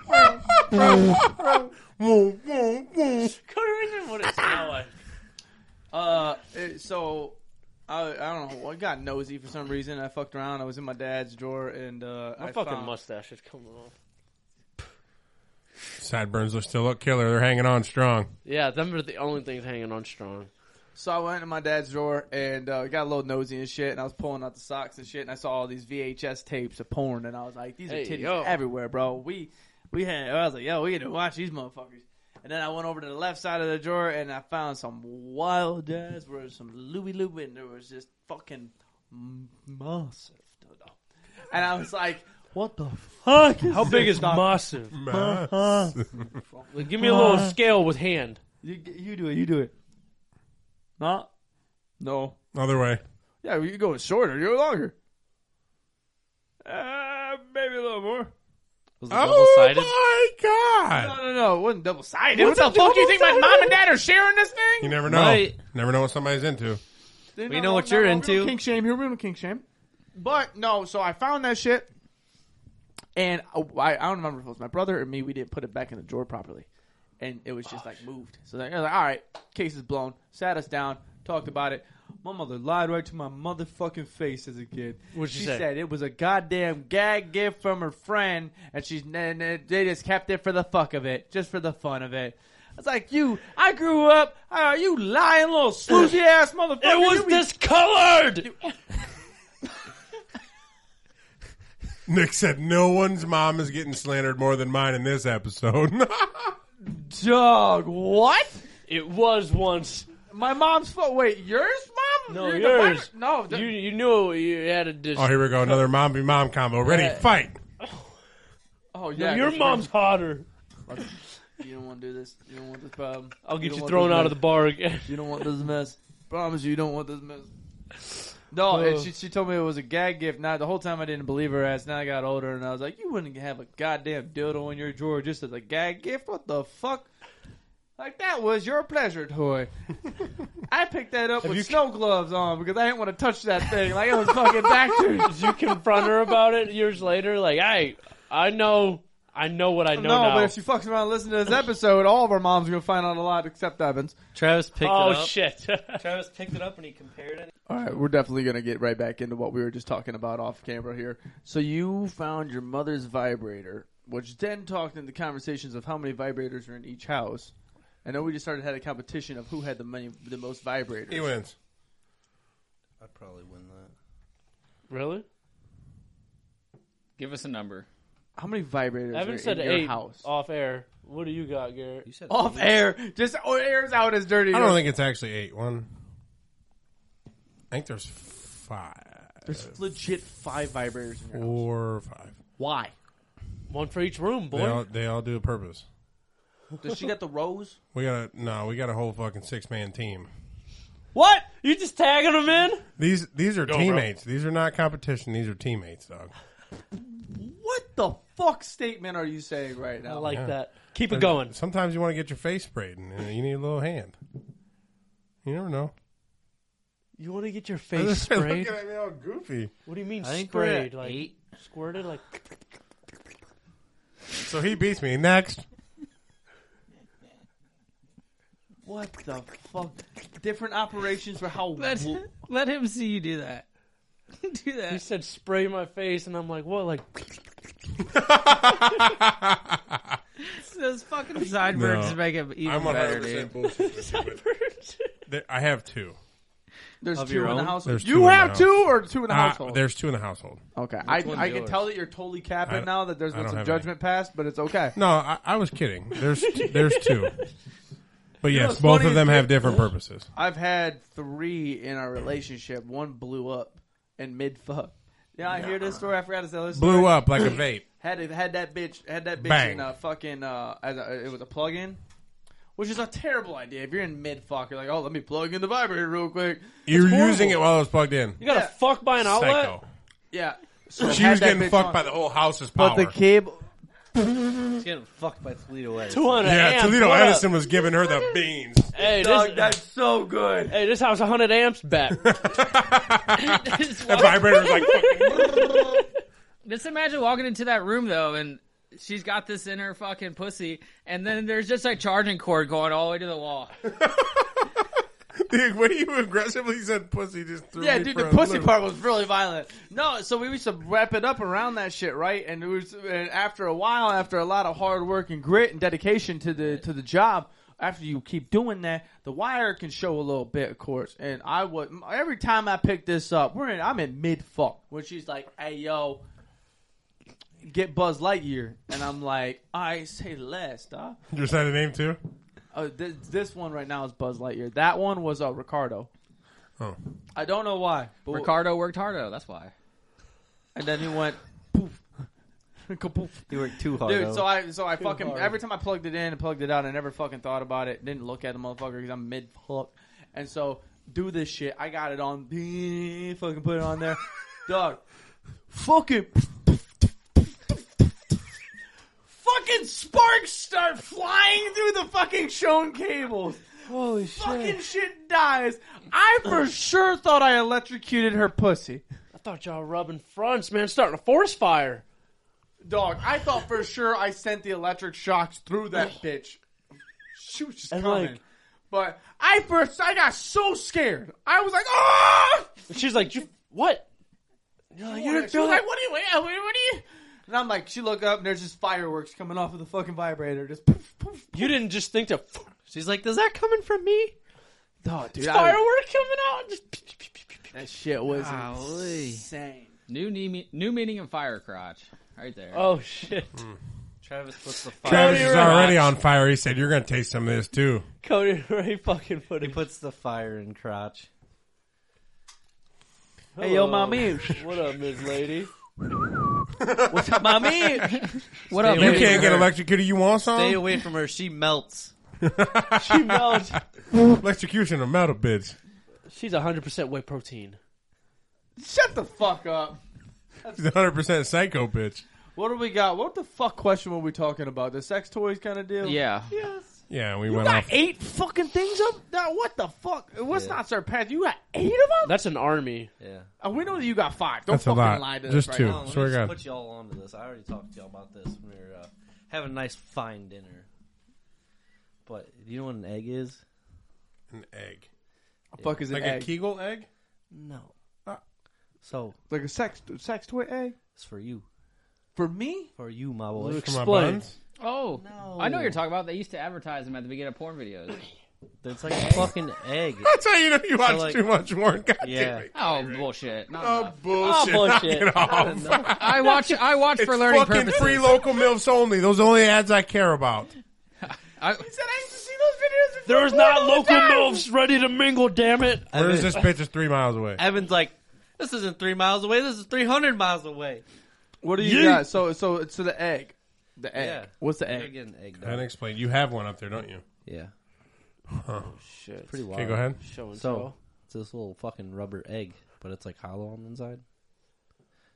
S3: Woo, woo, woo.
S6: Couldn't imagine what it smelled like.
S1: Uh, it- so I, I don't know. I got nosy for some reason. I fucked around. I was in my dad's drawer and uh,
S6: My
S1: I
S6: fucking
S1: found,
S6: mustache is coming off.
S3: Sideburns look still look killer. They're hanging on strong.
S6: Yeah, them are the only things hanging on strong.
S1: So I went in my dad's drawer and uh, got a little nosy and shit. And I was pulling out the socks and shit. And I saw all these VHS tapes of porn. And I was like, these are
S6: Hey,
S1: titties
S6: yo.
S1: everywhere, bro. We we had. I was like, yo, we had to watch these motherfuckers. And then I went over to the left side of the drawer and I found some wild ass where some Louie Louie and there was just fucking m- massive dildo. And I was like, what the fuck?
S6: How big is
S1: my?
S6: massive?
S3: Mass.
S6: Like, give me a little scale with hand.
S1: You, you do it. You do it. Not. No.
S3: Other way.
S1: Yeah, well, you're going shorter. You're longer. Uh, maybe a little more.
S4: was it double sided?
S3: Oh my
S1: No,
S3: god!
S1: no, no. It wasn't double sided. What
S3: What's
S1: the
S3: a
S1: fuck? You think my
S3: double-sided?
S1: mom and dad are sharing this thing?
S3: You never know.
S4: Right.
S3: Never know what somebody's into.
S1: They're
S4: We
S1: not
S4: know
S1: wrong,
S4: what
S1: not
S4: you're
S1: wrong. We don't
S4: into.
S1: Kink shame here. We don't kink shame. But no, so I found that shit, and uh, I, I don't remember if it was my brother or me. We didn't put it back in the drawer properly, and it was just like moved. So then I was like, all right, case is blown. Sat us down, talked about it. My mother lied right to my motherfucking face as a kid.
S6: What'd she say?
S1: said it was a goddamn gag gift from her friend, and she's and they just kept it for the fuck of it, just for the fun of it. I was like, you, I grew up. Are you lying little sleazy ass motherfucker?
S6: It was
S1: You be
S6: discolored.
S3: Nick said, "No one's mom is getting slandered more than mine in this episode."
S1: Dog, what?
S6: It was once.
S1: My mom's foot. Wait, yours, mom?
S6: No,
S1: You're the
S6: yours.
S1: better- No, the-
S6: You you knew you had a dis-
S3: oh, here we go. Another mom be mom combo. Ready? Fight.
S1: oh yeah.
S6: Your
S1: that's
S6: mom's hotter.
S1: right. You don't want to do this. You don't want this problem.
S6: I'll get you thrown out of the bar again.
S1: You don't want this mess. Promise you, you don't want this mess. Oh. No, and she she told me it was a gag gift. Now the whole time I didn't believe her ass. Now I got older and I was like, you wouldn't have a goddamn dildo in your drawer just as a gag gift. What the fuck? Like that was your pleasure toy. I picked that up with snow gloves on because I didn't want to touch that thing. Like it was fucking Bacters.
S6: Did you confront her about it years later? Like, I I know I know what I know
S1: No,
S6: now.
S1: but if she fucks around and listens to this episode, all of our moms are gonna find out a lot except Evans.
S4: Travis picked
S6: oh
S4: it up.
S6: shit!
S4: Travis picked it up and he compared it.
S1: All right, we're definitely gonna get right back into what we were just talking about off camera here. So you found your mother's vibrator, which then talked into conversations of how many vibrators are in each house. I know we just started had a competition of who had the many, the most vibrators.
S3: He wins.
S4: I'd probably win that.
S6: really?
S5: Give us a number.
S1: How many vibrators are
S6: Evan said
S1: in your
S6: eight
S1: house?
S6: off air. What do you got, Garrett?
S4: You said
S1: Off air, just oh, airs out as dirty.
S3: I don't think it's actually eight. One. I think there's five,
S1: there's legit five vibrators in your house.
S3: Oh. four, or five.
S1: Why?
S6: One for each room, boy.
S3: They all, they all do a purpose.
S1: Does she got the rose?
S3: We got a no. We got a whole fucking six man team.
S6: What? You just tagging them in?
S3: These these are
S6: Go, bro.
S3: teammates. These are not competition. These are teammates, dog.
S1: What the fuck statement are you saying right
S6: I
S1: now?
S6: like
S3: Yeah.
S6: that. Keep it going.
S3: Sometimes you want to get your face sprayed, and uh, you need a little hand. You never know.
S6: You want to get your
S3: Look
S6: face sprayed?
S3: at me all goofy.
S6: What do you mean
S4: I think we're
S6: sprayed?
S4: at
S6: Like
S4: eight.
S6: squirted? Like
S3: So he beats me. Next,
S1: What the fuck? Different operations for how.
S2: Let, let him see you do that. do
S6: he
S2: that.
S6: said, spray my face, and I'm like, what? Like
S2: Those fucking sideburns
S3: No.
S2: make him even
S3: I'm 100
S2: better, dude.
S3: percent bullshit. with you, but there- I have two.
S1: There's
S4: Of
S1: two
S4: your
S1: in the
S4: own?
S1: household.
S3: There's
S1: You
S3: two in the
S1: have
S3: house.
S1: two or two in the
S3: Ah,
S1: household?
S3: there's two in the household.
S1: Okay, I,
S4: one's
S1: I can
S4: yours?
S1: tell that you're totally
S3: I
S1: capping
S3: don't-
S1: now that there's
S3: I
S1: been
S3: don't
S1: some
S3: have any.
S1: judgment passed, but it's okay.
S3: No, I, I was kidding. There's there's two. But yes,
S1: what's
S3: both
S1: funny
S3: of them
S1: is-
S3: have different purposes.
S1: I've had three in our relationship. One blew up and mid fuck. Yeah, I hear this story. I forgot to tell this.
S3: Blew
S1: story.
S3: up like a vape.
S1: Had it- had that bitch had that bitch
S3: Bang.
S1: in a fucking uh, as a, it was a plug in, which is a terrible idea. If you're in mid fuck, you're like, oh, let me plug in the vibrator real quick.
S3: You're
S1: horrible.
S3: using it while it was plugged in.
S6: You gotta
S1: Yeah.
S6: fuck by an outlet.
S3: Psycho.
S1: Yeah, so
S3: She
S1: had
S3: was
S1: that
S3: getting
S1: bitch
S3: fucked
S1: on.
S3: by the whole house's power.
S1: But the cable,
S4: He's getting fucked by Toledo Edison.
S6: 200
S3: yeah,
S6: amps.
S3: Toledo
S6: what up?
S3: Edison was giving her the beans.
S6: Hey,
S1: dog,
S6: this,
S1: that's so good.
S6: hey, this house 100 amps back.
S3: The vibrator's like fucking.
S5: Just imagine walking into that room though, and she's got this in her fucking pussy, and then there's just a charging cord going all the way to the wall.
S3: Dude, when you aggressively said pussy, just threw
S1: Yeah,
S3: me
S1: dude,
S3: for
S1: the
S3: a
S1: pussy
S3: loop.
S1: part was really violent. No, so we used to wrap it up around that shit, right? And it was and after a while, after a lot of hard work and grit and dedication to the to the job. After you keep doing that, the wire can show a little bit, of course. And I would every time I pick this up, we're in. I'm in mid fuck when she's like, "Hey, yo." Get Buzz Lightyear, and I'm like, I say less, dog.
S3: Your side of the name too.
S1: Uh, th- this one right now is Buzz Lightyear. That one was uh, Ricardo.
S3: Oh.
S1: I don't know why. But
S5: Ricardo worked harder. That's why.
S1: and then he went poof, kapoof.
S4: You worked too hard.
S1: Dude,
S4: though.
S1: so I so I fucking every time I plugged it in and plugged it out, I never fucking thought about it. Didn't look at the motherfucker because I'm mid hook, and so do this shit. I got it on, fucking put it on there, dog. Fucking. Fucking sparks start flying through the fucking shown cables.
S6: Holy shit.
S1: Fucking shit dies. I for sure thought I electrocuted her pussy.
S6: I thought y'all were rubbing fronts, man. Starting a forest fire.
S1: Dog, I thought for sure I sent the electric shocks through that bitch. She was just
S6: And,
S1: coming.
S6: like-
S1: but I first, I got so scared. I was like, ah!
S6: And she's like, you, what? And You're like,
S1: She
S6: you're
S1: was like, what are you, what are you, what are you? And I'm like, she looked up and there's just fireworks coming off of the fucking vibrator. Just poof, poof.
S6: you didn't just think to f-
S4: She's like, "Is that coming from me?"
S1: Oh, dude,
S6: firework coming out. Just pew, pew, pew, pew, pew, pew.
S1: that shit was
S5: Golly.
S1: insane.
S5: New ne- new meaning in fire crotch, right there.
S6: Oh shit!
S4: Travis puts the
S3: Travis
S4: fire.
S3: is already on fire. He said, "You're gonna taste some of this too."
S6: Cody Ray fucking put
S4: He
S6: it.
S4: puts the fire in crotch.
S1: Hey, yo, mommy.
S6: What up, Miss Lady?
S1: What's up, mommy?
S5: what up,
S4: You
S3: You
S5: baby?
S3: can't get electrocuted. You want
S4: Stay
S3: some
S4: away from her. She melts.
S6: She melts.
S3: electrocution or metal, bitch.
S6: She's 100 percent whey protein.
S1: Shut the fuck up.
S3: She's 100 percent psycho, bitch.
S1: What do we got? What the fuck question were we talking about? The sex toys kind of deal?
S5: Yeah.
S3: Yeah, we
S1: You
S3: went
S1: got
S3: off.
S1: eight fucking things up? Now, what the fuck? What's
S4: Yeah.
S1: not surpassed? You got eight of them?
S6: That's an army.
S4: Yeah.
S1: Uh, we know that you got five. Don't
S3: That's a
S1: fucking
S3: lot.
S1: lie to us
S3: Just
S1: right
S3: two.
S1: now.
S4: Hold on, Oh, let
S3: swear
S4: me
S3: to
S4: just
S3: God.
S4: put y'all onto this. I already talked to y'all about this when we were uh, having a nice fine dinner. But do you know what an egg is?
S3: An egg,
S1: Fuck is
S3: like
S1: an
S3: a
S1: egg?
S3: Kegel egg.
S4: No.
S3: Ah.
S4: So
S1: like a sex sex toy egg?
S4: it's for you,
S1: For me?
S4: for you, my boy.
S3: For my
S6: Explain.
S3: buns.
S5: Oh,
S4: No.
S5: I know what you're talking about. They used to advertise them at the beginning of porn videos.
S4: It's like a fucking egg.
S3: That's how you know you watch
S4: like-
S3: too much Warren. God
S4: Yeah.
S3: damn it.
S5: Oh bullshit! Not
S3: Oh
S5: enough.
S3: bullshit!
S6: Oh,
S3: Knock
S6: bullshit.
S3: it off.
S5: I watch. I watch
S3: It's
S5: for learning
S3: fucking
S5: purposes.
S3: free local milfs only. Those are the only ads I care about.
S5: I,
S6: There's not local milfs ready to mingle. Damn it!
S3: Where is
S4: Evan-
S3: this bitch? Is three miles away.
S4: Evan's like, this isn't three miles away. This is three hundred miles away.
S1: What do you
S6: Yeet.
S1: got? So so so the egg. The egg.
S4: Yeah.
S1: What's the
S4: You're
S1: egg?
S4: getting egg.
S3: That
S4: Dog.
S3: explained. You have one up there, don't you?
S4: Yeah. Oh,
S6: Shit.
S4: Pretty wild.
S3: Okay, go ahead.
S6: Show and
S4: So
S6: tell.
S4: it's this little fucking rubber egg, but it's like hollow on the inside.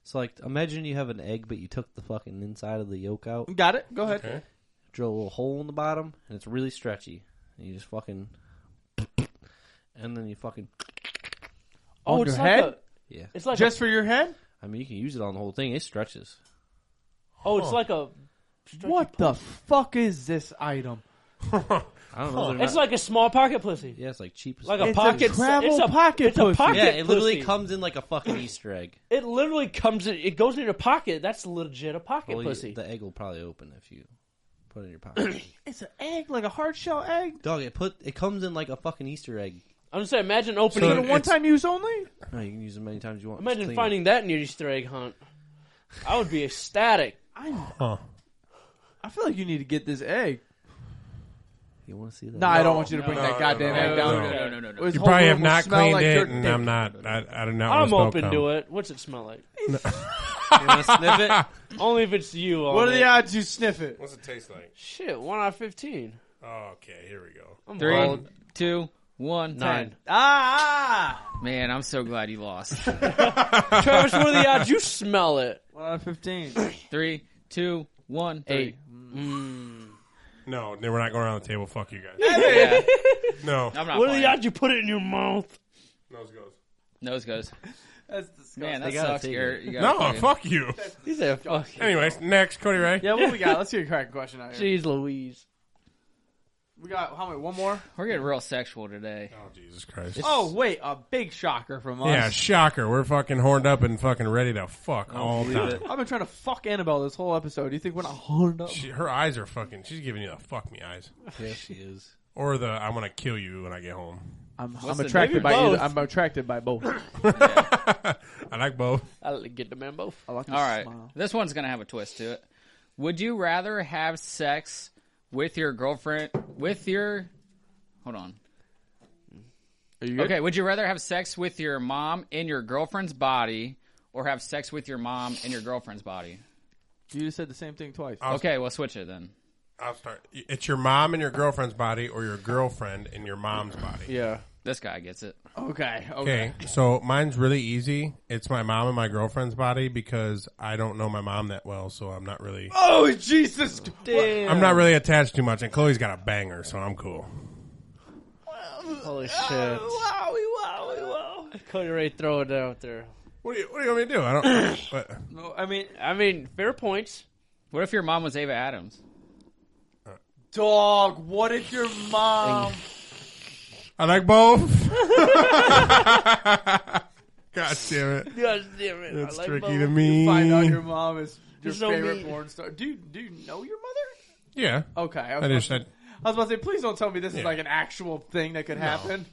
S4: So like, imagine you have an egg, but you took the fucking inside of the yolk out,
S1: Got it. Go ahead.
S3: Okay.
S4: drill a little hole in the bottom, and it's really stretchy. And you just fucking, and then you fucking
S1: On
S6: Oh, it's
S1: your
S6: like
S1: head?
S6: a.
S4: yeah.
S6: It's like
S1: Just for your head?
S4: I mean, you can use it on the whole thing. It stretches.
S6: a, oh, it's like a.
S1: What the fuck is this item?
S4: I don't know. they're
S6: Oh, It's
S4: not-
S6: like a small pocket pussy.
S4: yeah, it's like cheap. As
S6: Like
S4: fuck.
S6: a
S1: It's a
S6: pocket.
S1: travel
S6: it's a
S1: pocket
S6: It's a
S1: pussy.
S6: pocket.
S4: yeah. It literally
S6: pussy.
S4: comes in like a fucking Easter egg.
S6: It literally comes in. It goes in your pocket. That's legit a pocket
S4: Well, you-
S6: pussy.
S4: The egg will probably open if you Put it in your pocket.
S1: It's an egg, like a hard shell egg.
S4: Dog, it put it comes in like a fucking Easter egg.
S6: I'm just saying, imagine
S1: Is
S6: opening.
S1: it a one time use only?
S4: No, you can use it many times you want. Just
S6: imagine
S4: clean
S6: finding that in your Easter egg hunt. I would be ecstatic.
S1: I
S3: Huh.
S1: I feel like you need to get this egg.
S4: It. You want to see that?
S1: Nah, I don't want you to
S6: no,
S1: bring
S6: no,
S1: that
S6: no,
S1: goddamn
S6: no,
S1: egg
S6: no,
S1: down.
S3: no,
S1: here.
S5: No, no, no, no.
S1: His
S3: You
S1: whole
S3: probably
S1: room
S3: have
S1: will
S3: not
S1: smell
S3: cleaned
S1: like
S3: it,
S1: dirt
S3: and
S1: dick.
S3: I'm not. I, I do not.
S6: I'm
S3: want
S6: open to it. What's it smell like?
S4: You want to sniff it?
S6: Only if it's you. On
S1: What are
S6: it.
S1: the odds you sniff it?
S3: What's it taste like?
S6: Shit, one out of fifteen.
S3: Oh, okay, here we go.
S6: I'm
S5: Three,
S6: old.
S5: two, one,
S6: Nine.
S1: Ah, ah.
S5: ten. Man, I'm so glad you lost.
S6: Travis, what are the odds you smell it?
S1: One out of fifteen.
S5: Three, two, one,
S6: Eight.
S5: three.
S3: No, then we're not going around the table. Fuck you guys.
S5: Yeah,
S3: No,
S5: I'm not
S6: What are
S5: playing.
S6: the odds you put it in your mouth?
S3: nose goes.
S5: Nose goes.
S1: That's disgusting.
S5: Man,
S4: They
S5: that
S4: gotta
S5: sucks.
S4: take
S5: You're,
S4: it.
S5: you gotta
S3: No,
S5: fucking-
S3: fuck you.
S6: He said, "Fuck."
S3: Anyways, next, Cody Ray.
S1: yeah, what we got? Let's hear a cracking question out here.
S6: Jeez, Louise.
S1: We got how many? One more?
S5: We're getting real sexual today.
S3: Oh Jesus Christ.
S1: Oh wait, a big shocker from us.
S3: Yeah, shocker. We're fucking horned up and fucking ready to fuck all
S4: believe
S3: time.
S1: I've been trying to fuck Annabelle this whole episode. Do you think we're not horned up?
S3: She, her eyes are fucking. She's giving you the fuck me eyes,
S4: Yeah, she is.
S3: or the I'm gonna kill you when I get home.
S1: I'm,
S5: What's
S1: I'm
S5: the-
S1: attracted
S6: maybe
S1: by either.
S6: both.
S1: I'm attracted by both.
S3: I like both.
S6: I'll get the man both.
S1: I like
S5: All right, this one's gonna have a twist to it. Would you rather have sex with your girlfriend with your? Hold on.
S1: Are you good?
S5: Okay, would you rather have sex with your mom in your girlfriend's body or have sex with your mom in your girlfriend's body?
S1: You just said the same thing twice.
S5: Okay, we'll switch it then.
S3: I'll start. It's your mom and your girlfriend's body, or your girlfriend and your mom's body.
S6: Yeah.
S5: This guy gets it.
S1: okay.
S6: oh,
S3: Okay, so mine's really easy. It's my mom and my girlfriend's body because I don't know my mom that well, so I'm not really
S1: Oh Jesus!
S3: I'm not really attached too much. And Chloe's got a banger, so I'm cool.
S6: Holy shit.
S1: Wowie, wowie, wow.
S6: Cody Ray, throw it out there.
S3: What do you What do you want me to do? I don't. but,
S1: No, I mean,
S6: I mean, fair points.
S5: What if your mom was Ava Adams?
S1: dog. What if your mom?
S3: I like both. God damn it!
S6: God damn it.
S3: That's
S6: I like
S3: tricky
S6: both.
S3: to me.
S1: Find out your mom is your
S6: Just don't
S1: favorite
S6: be-
S1: porn star. Do you, do you know your mother?
S3: yeah,
S1: Okay. I was,
S3: I just
S1: about,
S3: I,
S1: I was about to say, please don't tell me this
S3: Yeah.
S1: is like an actual thing that could happen.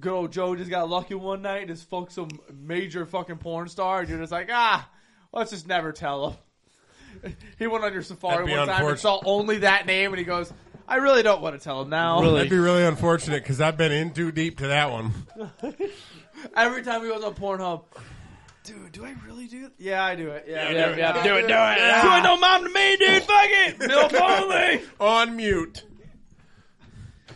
S1: Good old Joe just got lucky one night and just fucked some major fucking porn star, and you're just like, ah, let's just never tell him. He went on your
S3: That'd
S1: safari
S3: be
S1: one time and
S3: unfortunate.
S1: saw only that name, and he goes, I really don't want to tell him now.
S6: Really?
S3: that'd be really unfortunate because I've been in too deep to that one.
S1: Every time he goes on Pornhub, dude, do I really do it? Yeah, I do it. Yeah,
S6: Yeah, yeah, do it, do it.
S1: You ain't no mom to me, dude. Fuck it. Milf only.
S3: On mute.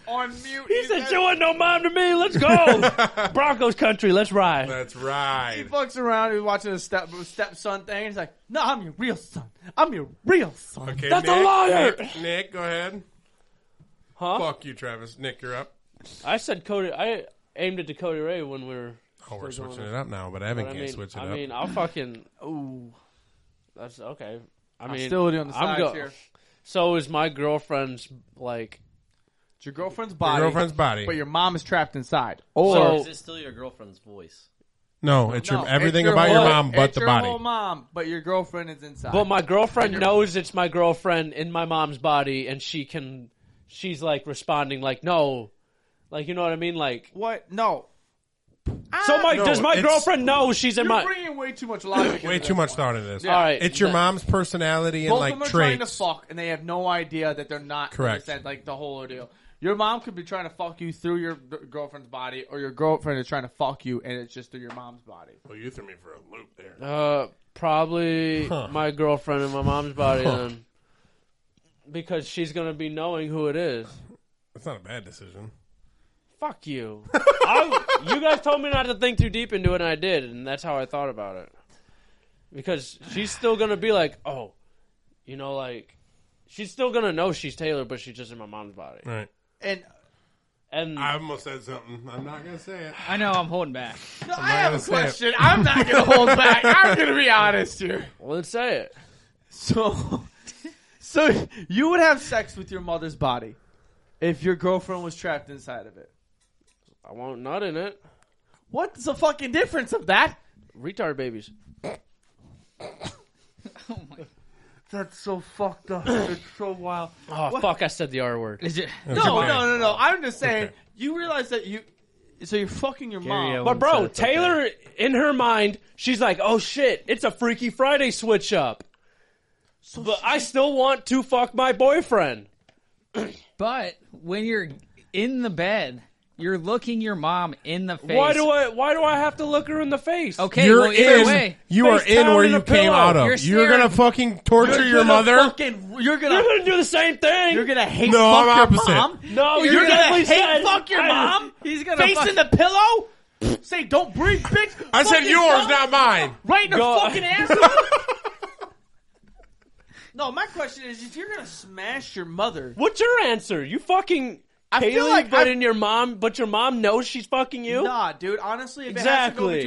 S1: On mute.
S6: He said, you ain't no mom to me. Let's go. Broncos country. Let's ride.
S3: That's
S1: He
S3: right.
S1: fucks around. He's watching a step stepson thing. He's like, "No, I'm your real son. I'm your real son."
S3: Okay,
S6: That's a
S3: Nick,
S6: liar!
S3: Nick, Nick, go ahead.
S6: Huh?
S3: Fuck you, Travis. Nick, you're up.
S6: I said Cody. I aimed at Cody Ray when we were.
S3: Oh, we're
S6: Still going
S3: switching it up now, but Evan
S6: but I
S3: can't
S6: mean,
S3: switch it
S6: I
S3: up.
S6: mean, I'll fucking.
S1: Ooh,
S6: That's okay. I mean,
S1: hostility on the
S6: I'm
S1: sides
S6: go-
S1: here.
S6: So is my girlfriend's like?
S1: It's your girlfriend's
S3: your
S1: body,
S3: girlfriend's body.
S1: but your mom is trapped inside. Or
S6: So-
S4: Is it still your girlfriend's voice?
S3: no, it's
S1: No,
S3: your everything
S1: it's
S3: about your
S1: whole-
S3: mom but
S1: it's
S3: the
S1: your
S3: body.
S1: whole mom, but your girlfriend is inside.
S6: But my girlfriend knows it's my girlfriend in my mom's body, and she can. She's like responding like no, like you know what I mean. Like
S1: what? No.
S6: so, my
S3: No,
S6: does my
S3: it's-
S6: girlfriend know she's in
S1: You're
S6: my?
S1: bringing way too much logic.
S3: Way
S1: into
S3: too
S1: this
S3: much
S1: one.
S3: thought into this.
S6: All right,
S3: It's your
S6: the-
S3: mom's personality and
S1: Both
S3: like
S1: of them are trying to
S3: traits.
S1: fuck, and they have no idea that they're not in the
S3: Correct.
S1: sense, like the whole ordeal. Your mom could be trying to fuck you through your g- girlfriend's body, or your girlfriend is trying to fuck you, and it's just through your mom's body.
S3: Well, you threw me for a loop there.
S6: Uh, probably
S3: Huh.
S6: my girlfriend in my mom's body
S3: Huh.
S6: then, because she's gonna be knowing who it is.
S3: That's not a bad decision.
S6: Fuck you. I, you guys told me not to think too deep into it, and I did, and that's how I thought about it. Because she's still gonna be like, oh, you know, like she's still gonna know she's Taylor, but she's just in my mom's body.
S3: Right.
S1: And
S6: And
S3: I almost said something. I'm not gonna say it.
S5: I know I'm holding back.
S1: no, I have
S3: gonna
S1: a
S3: say it.
S1: question. I'm not gonna hold back. I'm gonna be honest here.
S6: well, let's say it.
S1: So, so you would have sex with your mother's body if your girlfriend was trapped inside of it.
S6: I won't nut in it.
S1: What's the fucking difference of that?
S6: Retard babies.
S5: Oh my
S1: That's so fucked up. it's so wild.
S6: Oh fuck! I said the R word.
S5: Is it?
S1: Oh, No,
S3: It's okay.
S1: no, no, no. I'm just saying.
S3: Okay.
S1: You realize that you. So you're fucking your mom.
S4: Owen.
S1: But
S6: But bro,
S4: Said it's okay.
S6: Taylor, in her mind, she's like, "Oh shit, it's a Freaky Friday switch up." but I still want to fuck my boyfriend.
S5: But when you're in the bed, you're looking your mom in the face.
S6: Why do I? Why do I have to look her in the face?
S5: Okay,
S3: you're
S5: well, either
S3: in.
S5: way,
S3: You are
S6: Face
S3: in
S6: down
S3: where
S6: in
S3: you
S6: a
S3: came
S6: pillow.
S3: out of.
S5: You're
S3: You're,
S5: staring-
S3: gonna fucking torture your mother.
S1: Fucking, you're gonna.
S6: You're gonna do the same thing.
S1: You're gonna hate
S3: No,
S1: fuck
S3: I'm
S1: your
S3: opposite.
S1: mom.
S6: no,
S1: you're,
S6: you
S1: gonna,
S6: definitely
S1: hate
S6: said-
S1: fuck your
S6: I-
S1: mom.
S5: He's gonna
S1: face
S5: fuck-
S1: in the pillow. Say don't breathe, bitch.
S3: I said
S1: Fucking
S3: yours,
S1: go-
S3: not mine.
S1: Right in her
S6: Go-
S1: fucking ass. no, my question is: If you're gonna smash your mother,
S6: What's your answer? You fucking I Kaylee,
S1: feel like
S6: but
S1: I-
S6: in your mom, but your mom knows she's fucking you.
S1: Nah, dude. Honestly, if
S6: Exactly.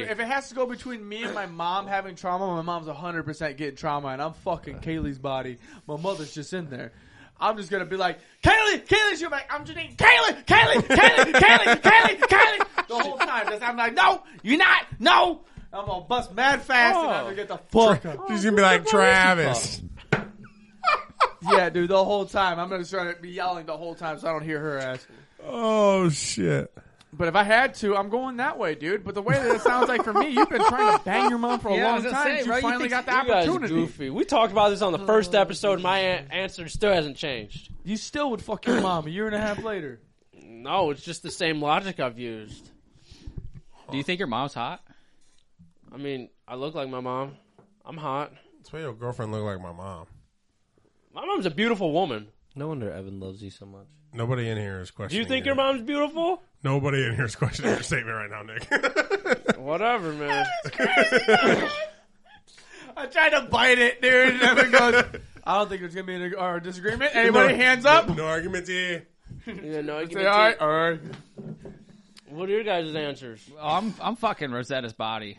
S1: it has to go between, if it has to go between me and my mom having trauma, my mom's hundred percent getting trauma, and I'm fucking Kaylee's body. My mother's just in there. I'm just gonna be like, Kaylee, Kaylee. She'll be like, I'm Janine. Kaylee, Kaylee, Kaylee, Kaylee, Kaylee, Kaylee. The whole time, just, I'm like, no, you're not. No, I'm gonna bust mad fast, and I'm
S6: Oh.
S1: gonna get the fuck. up.
S3: She's gonna be like Travis.
S1: Yeah, dude. The whole time, I'm gonna try to be yelling the whole time, so I don't hear her ass.
S3: Oh shit.
S1: But if I had to, I'm going that way, dude. But the way that it sounds like for me, you've been trying to bang your mom for a
S5: Yeah, I
S1: long
S5: was gonna
S1: time.
S5: say,
S1: you
S5: bro, you Oh,
S1: finally got
S5: think-
S1: the
S6: You guys
S1: opportunity.
S6: goofy. We talked about this on the first episode. My a- answer still hasn't changed.
S1: You still would fuck your mom a year and a half later.
S6: No, it's just the same logic I've used.
S5: Do you think your mom's hot?
S6: I mean, I look like my mom. I'm hot.
S3: That's why your girlfriend looked like my mom.
S6: My mom's a beautiful woman.
S4: No wonder Evan loves you so much.
S3: Nobody in here is
S6: Do
S3: questioning.
S6: you think
S3: your
S6: your mom's beautiful?
S3: Nobody in here is questioning your statement right now, Nick.
S6: Whatever, man.
S1: I tried to bite it, dude. And everyone goes, I don't think there's going to be a uh, disagreement. Anybody
S3: No.
S1: hands up?
S3: no arguments here.
S6: You know, give
S1: Say,
S6: me
S1: all right,
S6: two.
S1: all right.
S6: What are your guys' answers?
S5: Oh, I'm I'm fucking Rosetta's body.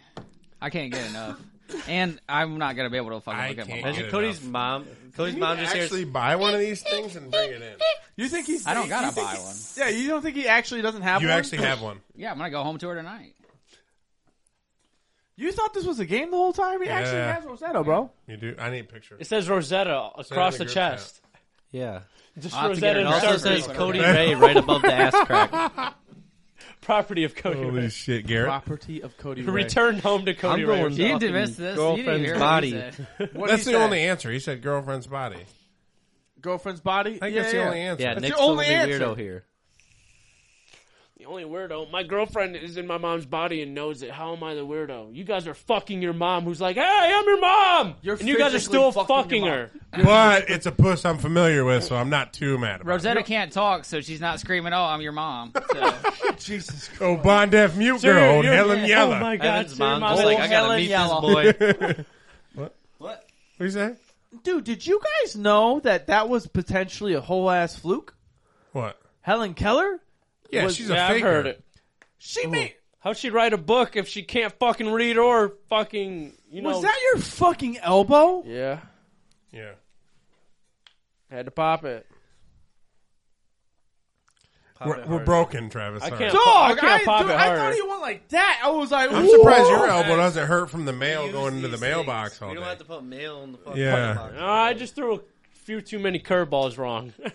S5: I can't get enough, and I'm not gonna be able to fucking
S3: I
S5: look at my
S3: can't
S5: mom.
S3: get
S4: Imagine
S3: it
S4: Cody's
S3: enough.
S4: mom. Cody's
S3: You
S4: mom just hears.
S3: actually buy one of these things and bring it in.
S1: You think he's.
S5: I don't gotta
S1: you think
S5: buy
S1: he's-
S5: one.
S1: Yeah, you don't think he actually doesn't have
S3: You
S1: one?
S3: actually have one.
S5: Yeah, I'm gonna go home to her tonight.
S1: You thought this was a game the whole time? He actually
S3: Yeah.
S1: has Rosetta, bro.
S3: You do. I need pictures.
S6: It says Rosetta across
S3: in
S6: the
S3: the group
S6: chest.
S4: Yeah.
S6: Just
S5: I'll have to get
S6: Rosetta
S5: it
S4: It
S6: and
S5: all.
S4: also
S5: Sharpie.
S4: says
S6: Sharpie.
S4: Cody Ray right above the ass crack.
S6: Property of Cody Ray.
S3: shit, Garrett.
S1: Property of Cody Ray.
S6: Returned home to Cody
S4: I'm
S6: Ray.
S4: going-
S5: You
S4: Fucking
S5: missed this. you didn't
S4: girlfriend's
S5: hear
S4: body.
S5: What he said.
S1: What'd
S3: That's
S1: he
S3: the
S1: say?
S3: only answer. He said girlfriend's body.
S1: Girlfriend's body?
S3: I think
S1: yeah,
S3: that's the
S1: yeah.
S3: only answer.
S4: Yeah,
S1: That's
S4: Nick's
S1: your
S4: the
S1: only
S4: only
S1: answer.
S4: weirdo here.
S6: The only weirdo. My girlfriend is in my mom's body and knows it. How am I the weirdo? You guys are fucking your mom, who's like, "Hey, I'm your mom,"
S1: You're
S6: and you guys are
S1: physically
S6: still
S1: fucking
S6: fucking,
S1: your
S6: her.
S3: But it's a puss I'm familiar with, so I'm not too mad about
S5: Rosetta can't talk, so she's not screaming. Oh, I'm your mom. So.
S1: Jesus
S3: it. Oh, Bond Deaf Mute Girl, old Helen Yella.
S6: Oh my god,
S4: Evan's
S6: so your
S4: mom's
S6: mom
S4: just
S6: is
S4: like, I gotta
S1: Helen
S4: meet
S1: Yellow.
S4: this boy.
S3: What you say?
S1: Dude, did you guys know that that was potentially a whole ass fluke?
S3: What?
S1: Helen Keller?
S3: Yeah,
S1: Was-
S3: she's a
S6: yeah, I've
S3: faker.
S6: heard it.
S1: She
S6: Oh.
S1: made.
S6: How'd she write a book if she can't fucking read or fucking you know?
S1: Was that your fucking elbow?
S6: yeah,
S3: Yeah.
S6: had to pop it.
S3: We're, we're broken, Travis.
S6: I
S3: Sorry.
S6: can't.
S1: Dog,
S6: I can't
S1: I,
S6: pop
S1: dude,
S6: it
S1: I
S6: hard.
S1: thought he went like that. I was like,
S3: I'm surprised
S1: whoa.
S3: your elbow doesn't hurt from the mail going into the mailbox all
S4: You don't
S3: day.
S4: have to put mail in the fucking
S3: Yeah.
S4: mailbox.
S6: No, Uh, I just threw a few too many curveballs wrong.
S1: But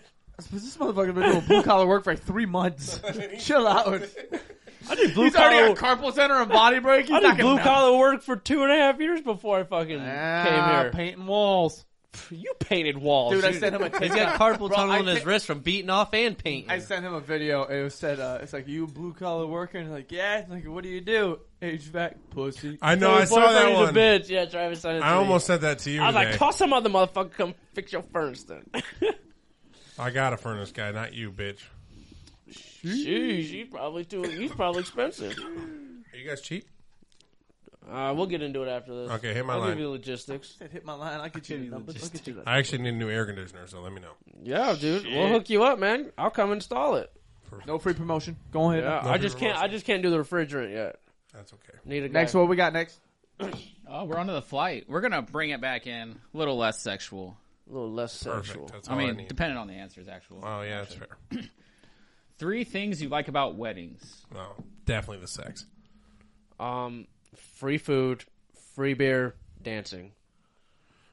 S1: This motherfucker's been doing blue collar work for like three months. Chill out.
S6: I did blue
S1: He's already
S6: collar.
S1: got carpal center and body break. He's
S6: I
S1: not
S6: did
S1: gonna
S6: blue
S1: know.
S6: collar work for two and a half years before I fucking
S1: Ah,
S6: came here.
S1: painting walls.
S6: you painted walls,
S1: Dude, I sent him a
S4: He's
S1: TikTok.
S4: got carpal
S1: Bro,
S4: tunnel
S1: I
S4: in his
S1: ta-
S4: wrist from beating off and painting.
S1: I sent him a video. It was said, uh, "It's like you blue collar worker." And he's like, yeah. He's like, what do you do? HVAC pussy.
S3: I know.
S6: Your
S3: I saw that
S6: boyfriend is
S3: one.
S6: A bitch. Yeah, Travis sent it to
S3: I
S6: me.
S3: almost said that to you.
S6: I was like,
S3: today.
S6: call some other motherfucker come fix your furnace then.
S3: I got a furnace guy, not you, bitch.
S6: Jeez, you probably too. He's probably expensive.
S3: Are you guys cheap?
S6: Uh, we'll get into it after this.
S3: Okay, hit my
S6: I'll
S3: line.
S6: give you logistics.
S1: said, hit my line. I'll get you the numbers. I'll get you the-
S3: I actually need a new air conditioner, so let me know.
S6: Yeah, dude, we'll hook you up, man. I'll come install it.
S1: No free promotion. Go ahead.
S6: Yeah,
S3: No
S6: I just
S3: free
S6: can't. I just can't do the refrigerant yet.
S3: That's okay.
S6: Need a guy.
S1: Next, what we got next?
S5: Oh, we're onto the flight. We're gonna bring it back in. A little less sexual.
S6: A little less sexual.
S3: Perfect. That's
S5: I
S3: all Oh, I,
S5: mean,
S3: need.
S5: depending on the answers, actual.
S3: oh yeah, that's fair.
S5: Three things you like about weddings.
S3: No, definitely the sex.
S6: Um, free food, free beer, dancing.